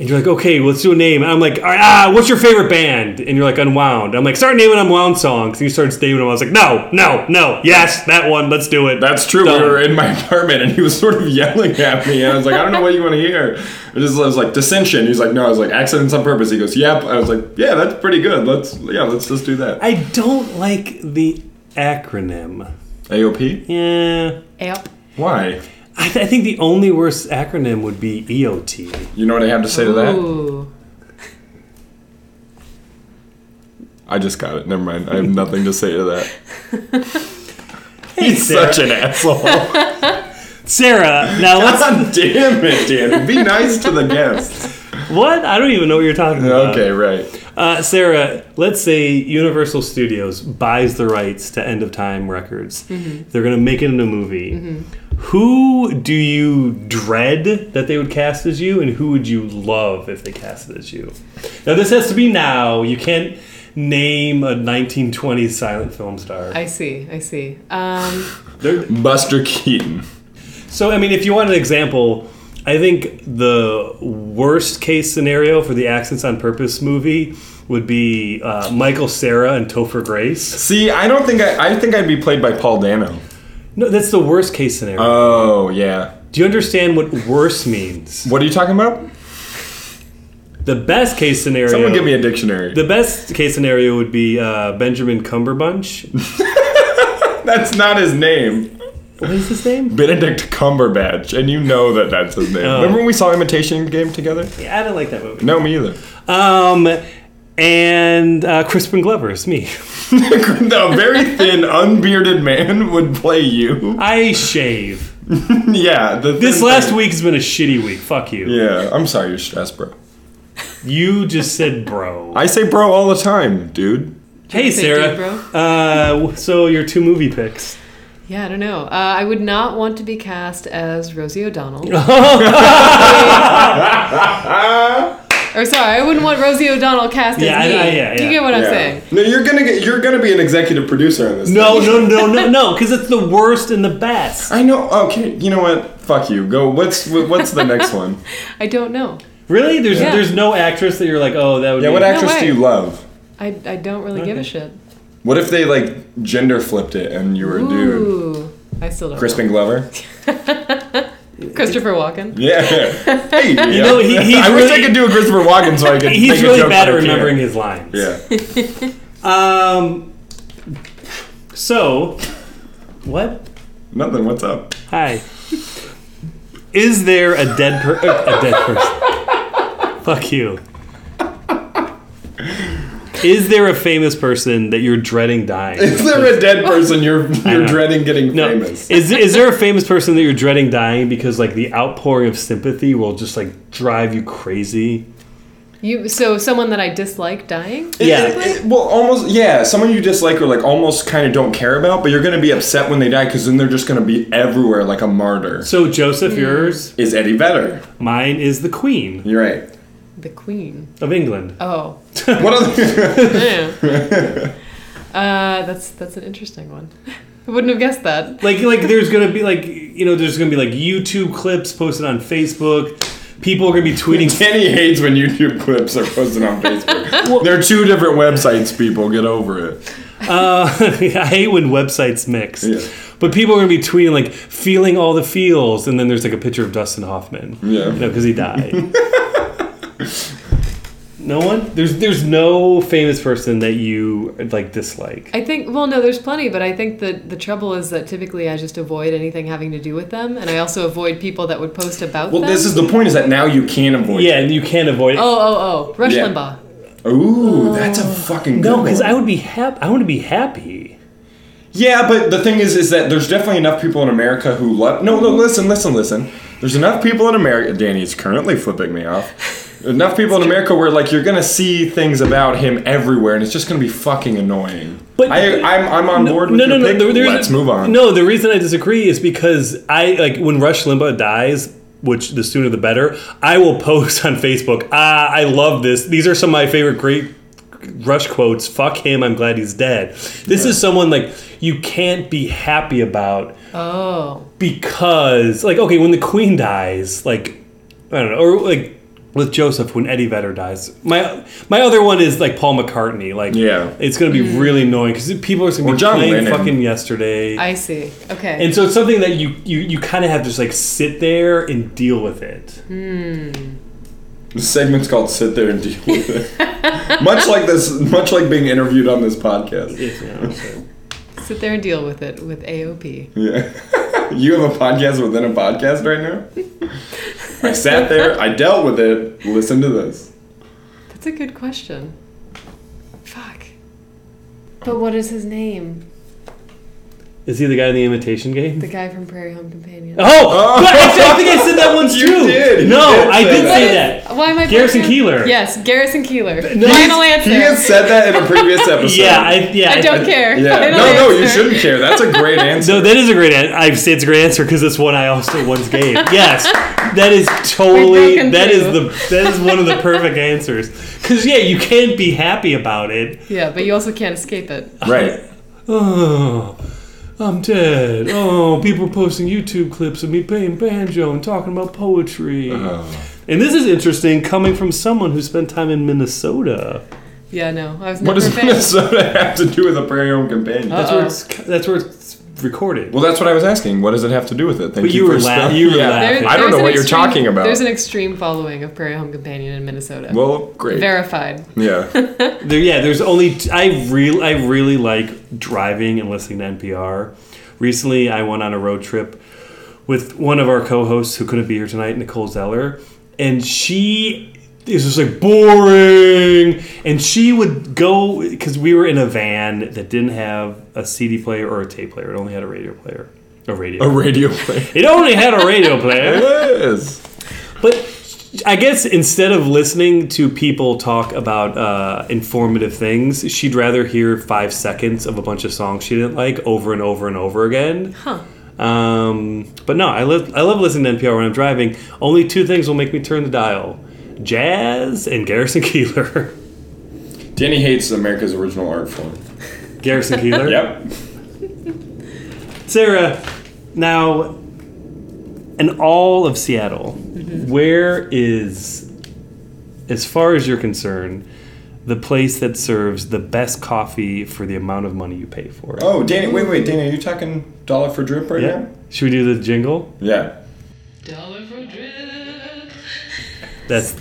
S1: And you're like, okay, let's do a name. And I'm like, all right, ah, what's your favorite band? And you're like, Unwound. I'm like, start naming Unwound songs. And you start naming them. I was like, no, no, no, yes, that one, let's do it.
S2: That's true.
S1: Done.
S2: We were in my apartment and he was sort of yelling at me. And I was like, I don't know what you want to hear. I just I was like, dissension. He's like, no, I was like, accidents on purpose. He goes, yep. I was like, yeah, that's pretty good. Let's, yeah, let's just do that.
S1: I don't like the acronym.
S2: AOP?
S1: Yeah.
S3: Yep.
S2: Why?
S1: I, th- I think the only worst acronym would be E EOT.
S2: You know what I have to say to that?
S3: Ooh.
S2: I just got it. Never mind. I have nothing to say to that.
S1: Hey,
S2: He's
S1: Sarah.
S2: such an asshole.
S1: Sarah, now let's.
S2: God damn it, Dan. Be nice to the guests.
S1: What? I don't even know what you're talking about.
S2: Okay, right.
S1: Uh, Sarah, let's say Universal Studios buys the rights to End of Time Records. They're going to make it into a movie. Who do you dread that they would cast as you, and who would you love if they casted as you? Now, this has to be now. You can't name a 1920s silent film star.
S3: I see. I see. Um,
S1: They're-
S2: Buster Keaton.
S1: So, I mean, if you want an example, I think the worst case scenario for the Accents on Purpose movie would be uh, Michael Sarah and Topher Grace.
S2: See, I don't think I. I think I'd be played by Paul Dano.
S1: No, that's the worst case scenario.
S2: Oh yeah.
S1: Do you understand what worse means?
S2: What are you talking about?
S1: The best case scenario.
S2: Someone give me a dictionary.
S1: The best case scenario would be uh, Benjamin Cumberbunch.
S2: That's not his name.
S1: What is his name?
S2: Benedict Cumberbatch, and you know that that's his name. Remember when we saw Imitation Game together?
S1: Oh. Yeah, I don't like that movie.
S2: No, me either.
S1: Um, and uh, Crispin Glover is me.
S2: the very thin, unbearded man would play you.
S1: I shave.
S2: Yeah, the
S1: This
S2: thin
S1: last
S2: thing.
S1: week's been a shitty week. Fuck you.
S2: Yeah, I'm sorry you're stressed, bro.
S1: You just said bro.
S2: I say bro all the time, dude.
S1: Hey
S3: say
S1: Sarah.
S3: dude, bro?
S1: Uh, w- so your two movie picks.
S3: yeah, I don't know. Uh, I would not want to be cast as Rosie O'Donnell. or sorry, I wouldn't want Rosie O'Donnell cast
S1: Yeah, I-
S3: as me.
S1: I- yeah, yeah.
S3: You get what I'm
S2: Yeah.
S3: saying?
S2: No, you're gonna get. You're gonna be an executive producer on this.
S1: No,
S2: thing.
S1: no, no, no, no, because it's the worst and the best.
S2: I know. Okay, you know what? Fuck you. Go. What's What's the next one?
S3: I don't know.
S1: Really? There's
S3: Yeah.
S1: there's no actress that you're like, oh, that would.
S2: Yeah.
S1: be
S2: What actress
S3: way.
S2: do you love?
S3: I, I don't really give a
S1: Okay.
S3: shit.
S2: What if they like gender flipped it and you were a dude?
S3: Ooh, I still don't.
S2: Crispin Glover.
S3: know. Christopher Walken.
S2: Yeah. Hey, you
S1: know, he- he's
S2: I wish I
S1: really-
S2: could do a Christopher Walken so I could.
S1: He's
S2: make a
S1: really
S2: joke,
S1: bad
S2: but
S1: at
S2: I can't.
S1: remembering his lines.
S2: Yeah.
S1: Um. So, what?
S2: Nothing. What's up?
S1: Hi. Is there a dead per- uh, a dead person? Fuck you. Is there a famous person that you're dreading dying?
S2: Is there a dead person you're you're
S1: know.
S2: dreading getting
S1: No.
S2: famous?
S1: Is is there a famous person that you're dreading dying because like the outpouring of sympathy will just like drive you crazy?
S3: You so someone that I dislike dying.
S1: Yeah.
S2: It- it- well, almost. Yeah. Someone you dislike or like almost kind of don't care about, but you're gonna be upset when they die because then they're just gonna be everywhere like a martyr.
S1: So Joseph, yours,
S2: Is Eddie Vedder?
S1: mine is the Queen
S2: You're right.
S3: The Queen.
S1: of England.
S3: Oh,
S2: What other?
S3: Yeah. uh, that's that's an interesting one. I wouldn't have guessed that.
S1: Like like there's gonna be like you know there's gonna be like YouTube clips posted on Facebook. People are gonna be tweeting.
S2: Danny hates when YouTube clips are posted on Facebook. They're two different websites. People get over it.
S1: I hate when websites mix.
S2: Yeah.
S1: But people are gonna be tweeting like feeling all the feels, and then there's like a picture of Dustin Hoffman.
S2: Yeah.
S1: You know, because he died. no one. There's there's no famous person that you like dislike.
S3: I think well, no, there's plenty, but I think that the trouble is that typically I just avoid anything having to do with them, and I also avoid people that would post about
S2: Well,
S3: them.
S2: this is the point: is that now you can avoid.
S1: Yeah, and you can't avoid it.
S3: oh oh oh Rush
S2: Yeah.
S3: Limbaugh.
S2: Ooh, that's a fucking good
S1: Oh. no, because
S2: one.
S1: I would be happy. I want to be happy.
S2: Yeah, but the thing is, is that there's definitely enough people in America who love. No, no, listen, listen, listen. There's enough people in America. Danny is currently flipping me off. Enough people in America where like you're gonna see things about him everywhere, and it's just gonna be fucking annoying.
S1: But-
S2: I, I'm I'm on board with
S1: no, no,
S2: your
S1: no.
S2: pick.
S1: there- there's-
S2: Let's move on.
S1: No, the reason I disagree is because I like when Rush Limbaugh dies. Which the sooner the better. I will post on Facebook. Ah, I love this. These are some of my favorite great Rush quotes. Fuck him. I'm glad he's dead. This is someone like you can't be happy about
S3: Oh,
S1: because like okay when the queen dies like i don't know or like with joseph when eddie vedder dies my my other one is like paul mccartney like
S2: Yeah.
S1: it's gonna be really annoying because people are just gonna
S2: Or
S1: be
S2: John
S1: playing
S2: Lennon.
S1: fucking yesterday
S3: I see. Okay.
S1: and so it's something that you you, you kind of have to just like sit there and deal with it
S2: This segment's called "Sit There and Deal with It." much like this, much like being interviewed on this podcast.
S1: Yes, you know, so.
S3: Sit there and deal with it with AOP.
S2: Yeah. you have a podcast within a podcast right now? I sat there, I dealt with it, listen to this.
S3: That's a good question. Fuck. But what is his name?
S1: Is he the guy in the imitation game?
S3: The guy from Prairie Home Companion.
S1: Oh, but actually, I think I said that once
S2: You
S1: too.
S2: did. You
S1: No,
S2: did
S1: I
S2: say
S1: did
S2: that.
S1: say that.
S3: Why am I
S1: Garrison
S3: blanking?
S1: Keillor.
S3: Yes, Garrison Keeler.
S1: No,
S3: Final
S1: he's-
S3: answer.
S2: He had said that in a previous episode.
S1: Yeah, I yeah.
S3: I don't care.
S2: Yeah.
S3: Final
S2: No, no, you
S3: answer.
S2: shouldn't care. That's a great answer.
S1: No, that is a great answer. I say it's a great answer because it's one I also once gave. Yes, that is totally.
S3: We've broken
S1: That is
S3: through.
S1: the. That is one of the perfect answers. Because yeah, you can't be happy about it.
S3: Yeah, but you also can't escape it.
S2: Right.
S1: Oh, I'm dead. Oh, people are posting YouTube clips of me playing banjo and talking about poetry.
S3: Uh-huh.
S1: And this is interesting coming from someone who spent time in Minnesota.
S3: Yeah, no, I was
S2: What
S3: never a
S2: does
S3: fan.
S2: Minnesota have to do with a Prairie Home Companion?
S1: That's where
S3: Uh-oh.
S1: it's. That's where it's recorded.
S2: Well, that's what I was asking. What does it have to do with it? Thank
S1: But you
S2: for
S1: were la-
S2: spell-
S1: you were
S2: Yeah.
S1: laughing.
S2: I don't
S3: there's
S2: know
S3: an
S2: what you're
S3: extreme-
S2: talking about.
S3: There's an extreme following of Prairie Home Companion in Minnesota.
S2: well, great.
S3: Verified.
S2: yeah.
S1: There, yeah, there's only t- I real I really like driving and listening to NPR. Recently, I went on a road trip with one of our co-hosts who couldn't be here tonight, Nicole Zeller, and she is just like boring. And she would go because we were in a van that didn't have a CD player or a tape player; it only had a radio player, a radio.
S2: A radio play.
S1: it only had a radio player.
S2: Yes.
S1: But I guess instead of listening to people talk about uh, informative things, she'd rather hear five seconds of a bunch of songs she didn't like over and over and over again. Huh. Um, but no, I, li- I love listening to NPR when I'm driving. Only two things will make me turn the dial jazz and Garrison Keeler.
S2: Danny hates America's original art form.
S1: Garrison Keeler.
S2: Yep.
S1: Sarah, now, in all of Seattle, where is, as far as you're concerned, the place that serves the best coffee for the amount of money you pay for it?
S2: Oh, Danny, wait, wait, Danny, are you talking dollar for drip right
S1: yeah. Should we do the jingle?
S2: now? Yeah.
S1: That's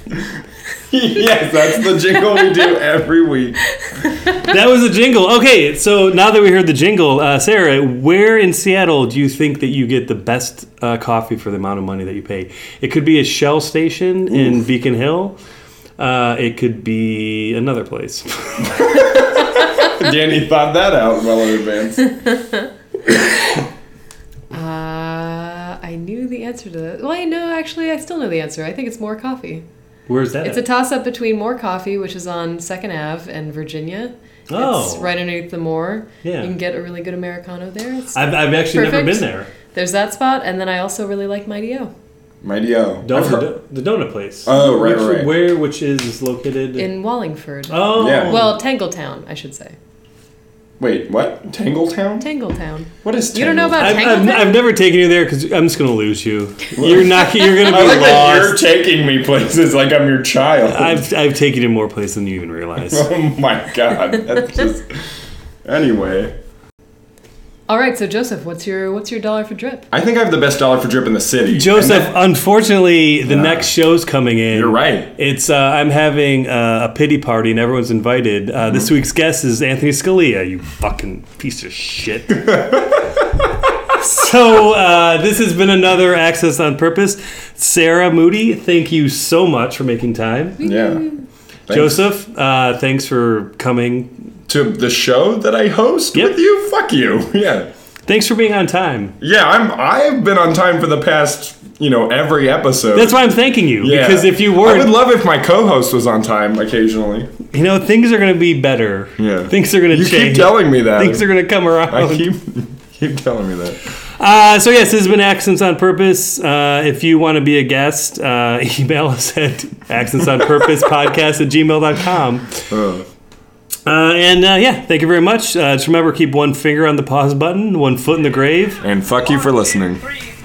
S2: yes, that's the jingle we do every week.
S1: that was the jingle. Okay, so now that we heard the jingle, uh, Sarah, where in Seattle do you think that you get the best uh, coffee for the amount of money that you pay? It could be a Shell station in Beacon Hill. Uh, it could be another place.
S2: Danny thought that out well in advance.
S3: Uh, I knew the answer to that. Well, I know actually, I still know the answer. I think it's more coffee.
S1: Where's that?
S3: It's a toss up between More Coffee, which is on Second Ave and Virginia.
S1: Oh.
S3: It's right underneath the Moore.
S1: Yeah.
S3: You can get a really good Americano there. It's-
S1: Oh, I've, I've actually never been
S3: Perfect.
S1: there.
S3: there's that spot, and then I also really like Mighty O
S2: Mighty O.
S1: Don-
S2: I've heard-
S1: the, the donut place.
S2: Oh, right,
S1: which,
S2: right.
S1: Where, which is located
S3: in Wallingford.
S1: Oh,
S2: Yeah.
S3: Well, Tangletown, I should say.
S2: Wait, what? Tangletown?
S3: Tangletown.
S2: What is Tangletown?
S3: You don't know about
S1: I've, I've,
S3: Tangletown?
S1: I've never taken you there because I'm just gonna lose you. You're not. You're gonna
S2: I
S1: be
S2: like that you're
S1: lost.
S2: taking me places like I'm your child.
S1: I've I've taken you more places than you even realize.
S2: oh my god. That's just. Anyway.
S3: All right, so Joseph, what's your what's your dollar for drip?
S2: I think I have the best dollar for drip in the city.
S1: Joseph,
S2: And that-
S1: unfortunately, the next show's coming in.
S2: You're right.
S1: It's uh, I'm having uh, a pity party and everyone's invited. Uh,
S2: Mm.
S1: This week's guest is Anthony Scalia. You fucking piece of shit. so uh, this has been another Access on Purpose. Sarah Moody, thank you so much for making time.
S2: yeah. Thanks.
S1: Joseph, uh, thanks for coming.
S2: To the show that I host
S1: Yep.
S2: with you? Fuck you. Yeah.
S1: Thanks for being on time.
S2: Yeah, I'm. I've been on time for the past, you know, every episode.
S1: That's why I'm thanking you
S2: Yeah.
S1: because if you
S2: I would
S1: weren't,
S2: love if my co-host was on time occasionally.
S1: you know, things are going to be better.
S2: Yeah.
S1: things are going to
S2: You
S1: change.
S2: keep telling me that.
S1: Things are going to come around.
S2: I keep keep telling me that.
S1: Uh, so yes, this has been Accents on Purpose. Uh, if you want to be a guest, uh, email us at accentsonpurposepodcast at gmail.com.
S2: Uh,
S1: Uh, and uh, yeah, thank you very much. Uh, just remember, keep one finger on the pause button, one foot in the grave.
S2: and fuck you for listening.
S6: Breathe.